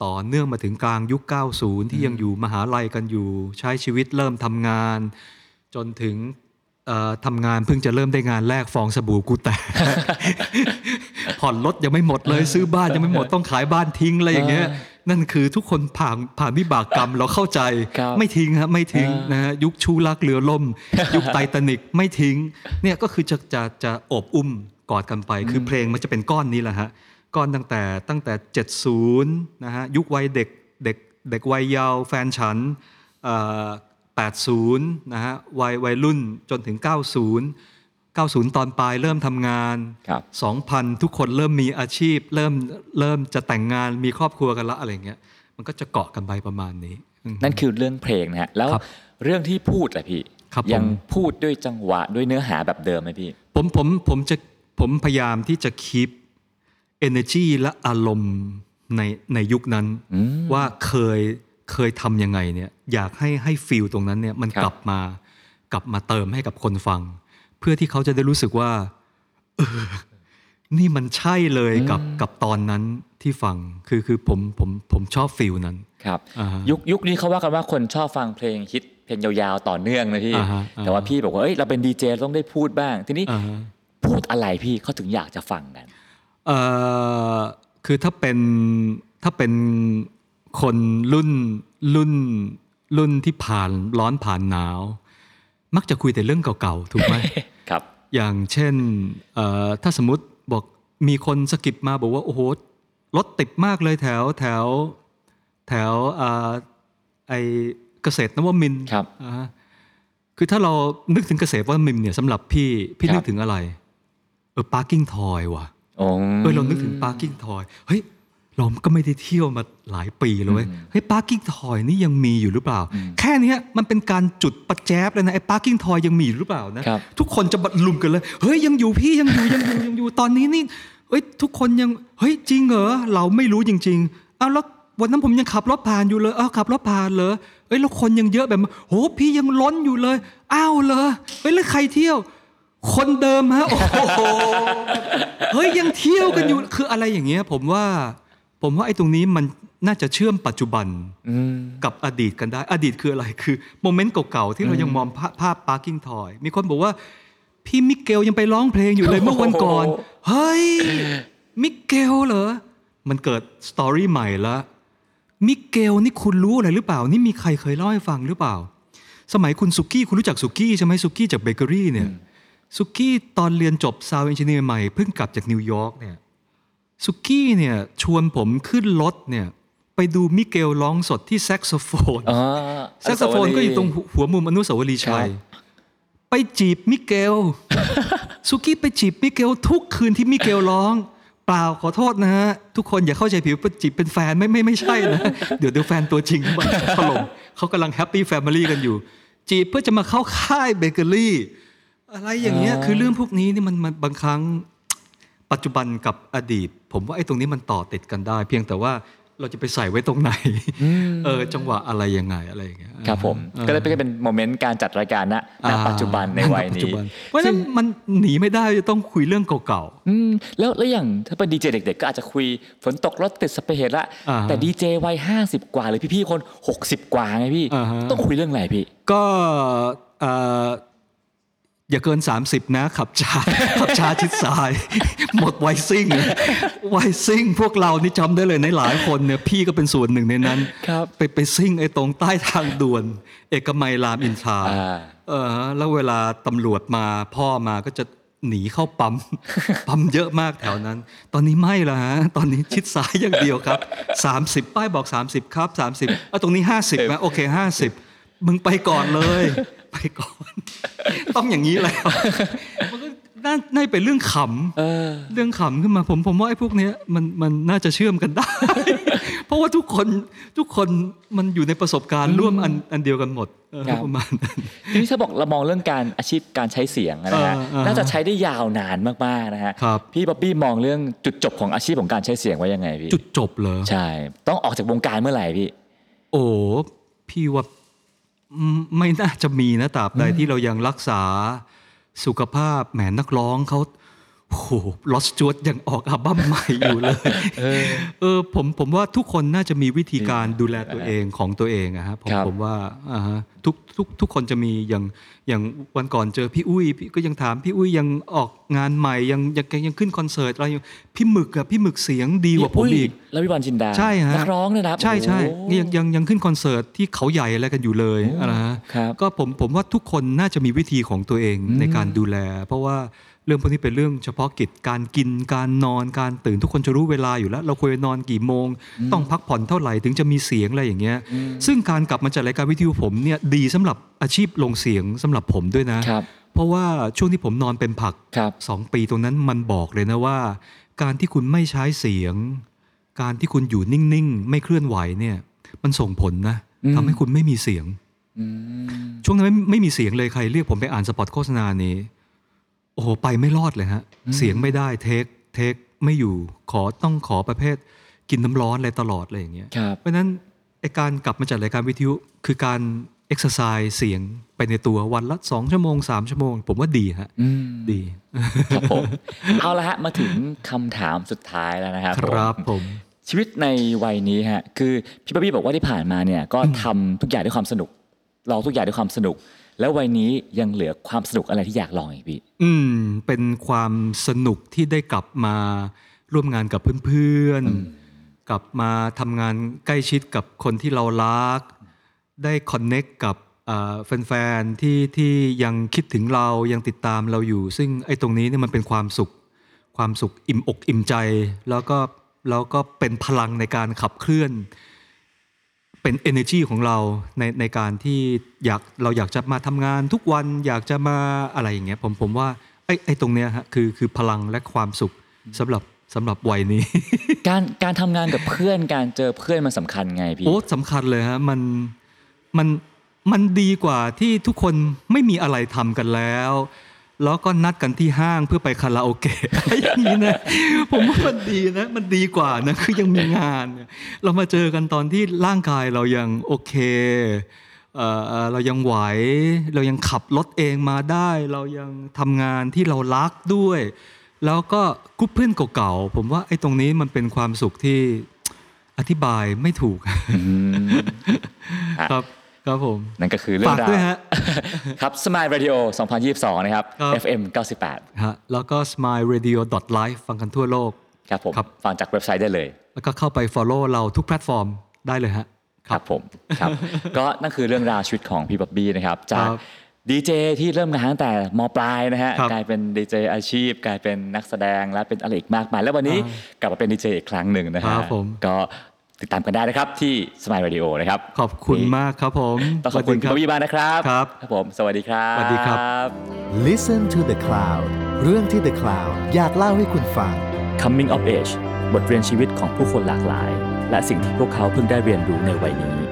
ต่อเนื่องมาถึงกลางยุค 90 ที่ยังอยู่มหาลัยกันอยู่ ใช้ชีวิตเริ่มทำงาน จนถึงเอ่อทำงานเพิ่งจะเริ่มได้งานแรกฟองสบู่กูแต ก ผ่อนรถยังไม่หมดเลย ซื้อบ้านยังไม่หมดต้องขายบ้านทิ้งอะไรอย่างเงี้ย นั่นคือทุกคนผ่านผ่านวิบากกรรมเราเข้าใจ ครับ ไม่ทิ้งฮะไม่ทิ้ง อ่าน นะฮะยุคชูลักเรือ ล่ม ยุคไททานิกไม่ทิ้งเนี่ยก็คือจะจะจะโอบอุ้มกอดกันไป คือเพลงมันจะเป็นก้อนนี้แหละฮะก้อนตั้งแต่ตั้งแต่ 70นะฮะยุควัยเด็กเด็กเด็กวัยเยาว์แฟนฉันเอ่อ80นะฮะวัยวัยรุ่นจนถึง 90 90 ตอนปลายเริ่มทำงาน ครับ 2,000 ทุกคนเริ่มมีอาชีพ เริ่มเริ่มจะแต่งงานมีครอบครัวกันละอะไรอย่างเงี้ยมันก็จะเกาะกันไปประมาณนี้อืม นั่นคือเรื่องเพลงนะฮะ แล้ว ครับ เรื่องที่พูดแหละพี่ ครับผม ยังพูดด้วยจังหวะด้วยเนื้อหาแบบเดิมไหมพี่ ผมผมผมจะผมพยายามที่จะคีป energy และอารมณ์ในในยุคนั้น ว่าเคยเคยทำยังไงเนี่ยอยากให้ให้ฟีลตรงนั้นเนี่ยมัน ครับ กลับมากลับมาเติมให้กับคนฟัง เพื่อที่เขาจะได้รู้สึกว่าเออนี่มันใช่เลยกับกับตอนนั้นที่ฟังคือคือผมผมผมชอบฟีลนั้น ครับ อ่าฮะ ยุคยุคนี้เขาว่ากันว่าคนชอบฟังเพลงฮิตเพลงยาวๆต่อเนื่องนะพี่ อ่าฮะอ่าฮะ แต่ว่าพี่บอกว่าเอ้ยเราเป็นดีเจต้องได้พูดบ้าง ทีนี้ อ่าฮะ พูดอะไรพี่เขาถึงอยากจะฟังกัน เอ่อคือถ้าเป็นถ้าเป็นคนรุ่นรุ่นรุ่นที่ผ่านร้อนผ่านหนาว มักจะคุยแต่เรื่องเก่าๆ ถูก ไหม ครับ อย่างเช่นเอ่อถ้าสมมติบอกมีคนสะกิดมาบอกว่า โอ้โหรถติดมากเลยแถวแถวแถวเอ่อไอเกษตรนวมินทร์ ครับ อ่าฮะคือถ้าเรานึกถึงเกษตรนวมินทร์เนี่ยสำหรับพี่พี่ ครับ นึกถึงอะไร เออ parking toy ว่ะ โอ้ เออเรานึกถึง parking toy เฮ้ยเราก็ไม่ได้เที่ยวมาหลายปีแล้วเว้ยเฮ้ย parking toy นี่ยังมีอยู่หรือเปล่า แค่เนี้ยมันเป็นการจุดประแจบเลยนะไอ้ parking toy ยังมีอยู่หรือเปล่านะ ครับ ทุกคนจะบัดลุมกันเลย เฮ้ยยังอยู่พี่ยังอยู่ยังอยู่ยังอยู่ตอนนี้นี่เอ้ยทุกคนยังเฮ้ยจริงเหรอเราไม่รู้จริงๆอ้าวแล้ววันนั้นผมยังขับรถผ่านอยู่เลยอ้าวขับรถผ่านเหรอเอ้ยแล้วคนยังเยอะแบบโหพี่ยังล้นอยู่เลยอ้าวเหรอเฮ้ยแล้วใครเที่ยว คนเดิมฮะโอ้โหเฮ้ยยังเที่ยวกันอยู่คืออะไรอย่างเงี้ย ผมว่า ผมว่าไอ้ตรงนี้มันน่าจะเชื่อมปัจจุบัน อืม กับอดีตกันได้ อดีตคืออะไรคือโมเมนต์เก่าๆ ที่เรายังมองภาพภาพปาร์กิ้งทอย มีคนบอกว่า พี่มิเกลยังไปร้องเพลงอยู่เลย โอ้โห เมื่อวันก่อน เฮ้ย มิเกลเหรอ มันเกิดสตอรี่ใหม่ละมิเกลนี่คุณรู้อะไรหรือเปล่า นี่มีใครเคยเล่าให้ฟังหรือเปล่า สมัยคุณสุกี้คุณรู้จักสุกี้ใช่ไหมสุกี้จากเบเกอรี่เนี่ยสุกี้ตอนเรียนจบซาวเอนจิเนียร์ใหม่เพิ่งกลับจากนิวยอร์กเนี่ย สุกี้เนี่ยชวนผมขึ้นรถเนี่ยไป ไปดูมิเกลร้องสดที่แซกโซโฟน อ๋อ แซกโซโฟนก็อยู่ตรงหัวหัวมุมอนุสาวรีย์ชัย ครับ ไปจีบมิเกล สุกี้ไปจีบมิเกลทุกคืนที่มิเกลร้อง เปล่าขอโทษนะฮะ ทุกคนอย่าเข้าใจผิดว่าจีบเป็นแฟนไม่ไม่ไม่ใช่นะ เดี๋ยวเดี๋ยวแฟนตัวจริงมาถล่มเขากำลังแฮปปี้แฟมิลี่กันอยู่ จีบเพื่อจะมาเข้าค่ายเบเกอรี่ อะไรอย่างเงี้ยคือเรื่องพวกนี้นี่มันมันบางครั้ง ปัจจุบันกับอดีต ผมว่าไอ้ตรงนี้มันต่อติดกันได้ เพียงแต่ว่าเราจะไปใส่ไว้ตรงไหนเออจังหวะอะไรยังไงอะไรอย่างเงี้ย ครับผม ออ ก็เลยเป็นโมเมนต์การจัดรายการณณ อ่า ปัจจุบันในวัย ณปัจจุ นี้ บัเพราะฉะนั้นมันหนีไม่ได้จะต้องคุยเรื่องเก่า อืมแล้วแล้วอย่างถ้าเป็นดีเจเด็ก ๆ ก็อาจจะคุยฝนตกรถติดสเปเหตุละ อ่า แต่ดีเจวัยห้าสิบกว่าเลยพี่ๆคน 60 กว่าไงพี่ อ่าฮะ ต้องคุยเรื่องอะไรพี่ ๆ ก็เอ่ออย่าเกิน 30 นะขับช้า ขับช้าชิดซ้าย หมดไวซิ่ง ไวซิ่งพวกเรานี่จำได้เลยในหลายคนเนี่ยพี่ก็เป็นส่วนหนึ่งในนั้น ครับ ไปไปซิ่งไอ้ตรงใต้ทางด่วน เอกมัยรามอินทรา อ่า เออแล้วเวลาตำรวจมาพ่อมาก็จะหนีเข้า ปั๊ม ปั๊มเยอะมากแถวนั้น ตอนนี้ไม่ละฮะ ตอนนี้ชิดซ้ายอย่างเดียวครับ 30 ป้ายบอก 30 ครับ 30เอาตรงนี้ 50นะโอเค 50 มึงไปก่อนเลย ไปก่อน ต้องอย่างนี้แล้ว มันก็น่าน่าจะเป็นเรื่องขำ เออ เรื่องขำขึ้นมาผมผมว่าไอ้พวกเนี้ยมันมันน่าจะเชื่อมกันได้ เพราะว่าทุกคนทุกคนมันอยู่ในประสบการณ์ร่วมอันอันเดียวกันหมดเออ ครับ ประมาณนั้น ทีนี้ถ้าบอกเรามองเรื่องการอาชีพการใช้เสียงนะฮะ เออเออ น่าจะใช้ได้ยาวนานมากๆนะฮะ ครับ พี่ป๊อปปี้มองเรื่องจุดจบของอาชีพของการใช้เสียงไว้ยังไงพี่ จุดจบเลย ใช่ ต้องออกจากวงการเมื่อไหร่พี่ โอ้พี่ว่าอืมไม่น่าจะมีนะตราบใดที่เรายังรักษาสุขภาพแหมนักร้องเขาโอ้โหลอสจวดยังออกอัลบั้มใหม่อยู่เลย เออผมผมว่าทุกคนน่าจะมีวิธีการดูแลตัวเองของตัวเองอะฮะผม ครับ ผมว่าอ่าฮะทุกทุกทุกคนจะมีอย่างอย่างวันก่อนเจอพี่อุ้ยพี่ก็ยังถามพี่อุ้ยยังออกงานใหม่ยังยังยังขึ้นคอนเสิร์ตอะไรอยู่พี่หมึกอะพี่หมึกเสียงดีกว่าผมอีก แล้ววิบันจินดา ใช่ฮะ นักร้องเนยนะครับ ใช่ใช่ โอ้โห นี่ยังยังยังขึ้นคอนเสิร์ตที่เขาใหญ่อะไรกันอยู่เลย โอ้ อะไรฮะ ครับ ก็ผมผมว่าทุกคนน่าจะมีวิธีของตัวเอง อืม ในการดูแล เพราะว่าเรื่องพวกนี้เป็นเรื่องเฉพาะกิจการกินการนอนการตื่นทุกคนจะรู้เวลาอยู่แล้ว เราควรจะนอนกี่โมง ต้องพักผ่อนเท่าไหร่ถึงจะมีเสียงอะไรอย่างเงี้ย ซึ่งการกลับมาจัดรายการวิทยุผมเนี่ยดีสำหรับอาชีพลงเสียงสำหรับผมด้วยนะ ครับ เพราะว่าช่วงที่ผมนอนเป็นผัก ครับ สองปีตรงนั้นมันบอกเลยนะว่า การที่คุณไม่ใช้เสียง การที่คุณอยู่นิ่งๆ ไม่เคลื่อนไหวเนี่ย มันส่งผลนะ อืม ทำให้คุณไม่มีเสียง อืม ช่วงนั้นไม่ไม่มีเสียงเลยใครเรียกผมไปอ่านสปอตโฆษณานี้ โอ้โหไปไม่รอดเลยฮะ เสียงไม่ได้เทคเทคไม่อยู่ขอต้องขอประเภท กินน้ำร้อนอะไรตลอดอะไรอย่างเงี้ย ครับ เพราะฉะนั้นไอการกลับมาจัดรายการวิทยุ คือการเอ็กซ์ไซส์เสียงไปในตัววันละสองชั่วโมงสามชั่วโมง ผมว่าดีฮะ อืม ดี ครับผม เอาละฮะ มาถึงคำถามสุดท้ายแล้วนะครับ ครับ ผม ผม ชีวิตในวัยนี้ฮะ คือพี่ป๊อบบี้บอกว่าที่ผ่านมาเนี่ยก็ทำทุกอย่างด้วยความสนุก ลองทุกอย่างด้วยความสนุก แล้ววัยนี้ยังเหลือความสนุกอะไรที่อยากลองอีกพี่ อืม เป็นความสนุกที่ได้กลับมาร่วมงานกับเพื่อนๆ กลับมาทำงานใกล้ชิดกับคนที่เรารัก ได้คอนเน็กกับเอ่อแฟนๆ ที่ที่ยังคิดถึงเรายังติดตามเราอยู่ ซึ่งไอ้ตรงนี้เนี่ยมันเป็นความสุข ความสุขอิ่มอกอิ่มใจ แล้วก็แล้วก็เป็นพลังในการขับเคลื่อน เป็น energy ของเราในในการที่อยากเราอยากจะมาทำงานทุกวันอยากจะมาอะไรอย่างเงี้ยผมผมว่าไอ้ไอ้ตรงเนี้ยฮะคือคือพลังและความสุขสำหรับสำหรับวัยนี้ การการทำงานกับเพื่อน การเจอเพื่อนมันสำคัญไงพี่ โอ้สำคัญเลยฮะมันมันมันดีกว่าที่ทุกคนไม่มีอะไรทำกันแล้ว แล้วก็นัดกันที่ห้างเพื่อไปคาราโอเกะ อะไรอย่างนี้นะผมว่ามันดีนะ มันดีกว่านะคือยังมีงานเนี่ยเรามาเจอกันตอนที่ร่างกายเรายังโอเคเอ่อเอ่อเรายังไหว เรายังขับรถเองมาได้ เรายังทำงานที่เรารักด้วย แล้วก็กรุ๊ปเพื่อนเก่าๆผมว่าไอ้ตรงนี้มันเป็นความสุขที่ อธิบายไม่ถูก อืม ฮะ ครับ ครับผม นั่นก็คือเรื่อ ฝาง ก ราว ด้วยฮะ ครับ Smile Radio 2022 นะครับ ครับ FM 98 ฮะแล้วก็ smileradio.live ฟังกันทั่วโลก ครับผม ครับ ฟังจากเว็บไซต์ได้เลย แล้วก็เข้าไป follow เราทุกแพลตฟอร์มได้เลยฮะ ครับผมครับ ก็นั่นคือเรื่องราวชีวิตของพี่บ๊อบบี้นะครับ จาก ครับ ดีเจที่เริ่มงานตั้งแต่มปลายนะฮะ ครับ กลายเป็นดีเจอาชีพ กลายเป็นนักแสดงและเป็นอะไรอีกมากมาย แล้ววันนี้กลับมาเป็นดีเจอีกครั้งหนึ่งนะฮะ ครับผม ก็ ติดตามกันได้นะครับที่ Smile Radio นะครับ ขอบคุณ นี่ มากครับผม ต้องขอบคุณ ส คุณ วัส บี ดี มากนะครับ ครับ ผม สวัสดีครับ สวัสดีครั Listen to the Cloud เรื่องที่ The Cloud อยากเล่าให้คุณฟัง Coming of Age บทเรียนชีวิตของผู้คนหลากหลาย และสิ่งที่พวกเขาเพิ่งได้เรียนรู้ในวัยนี้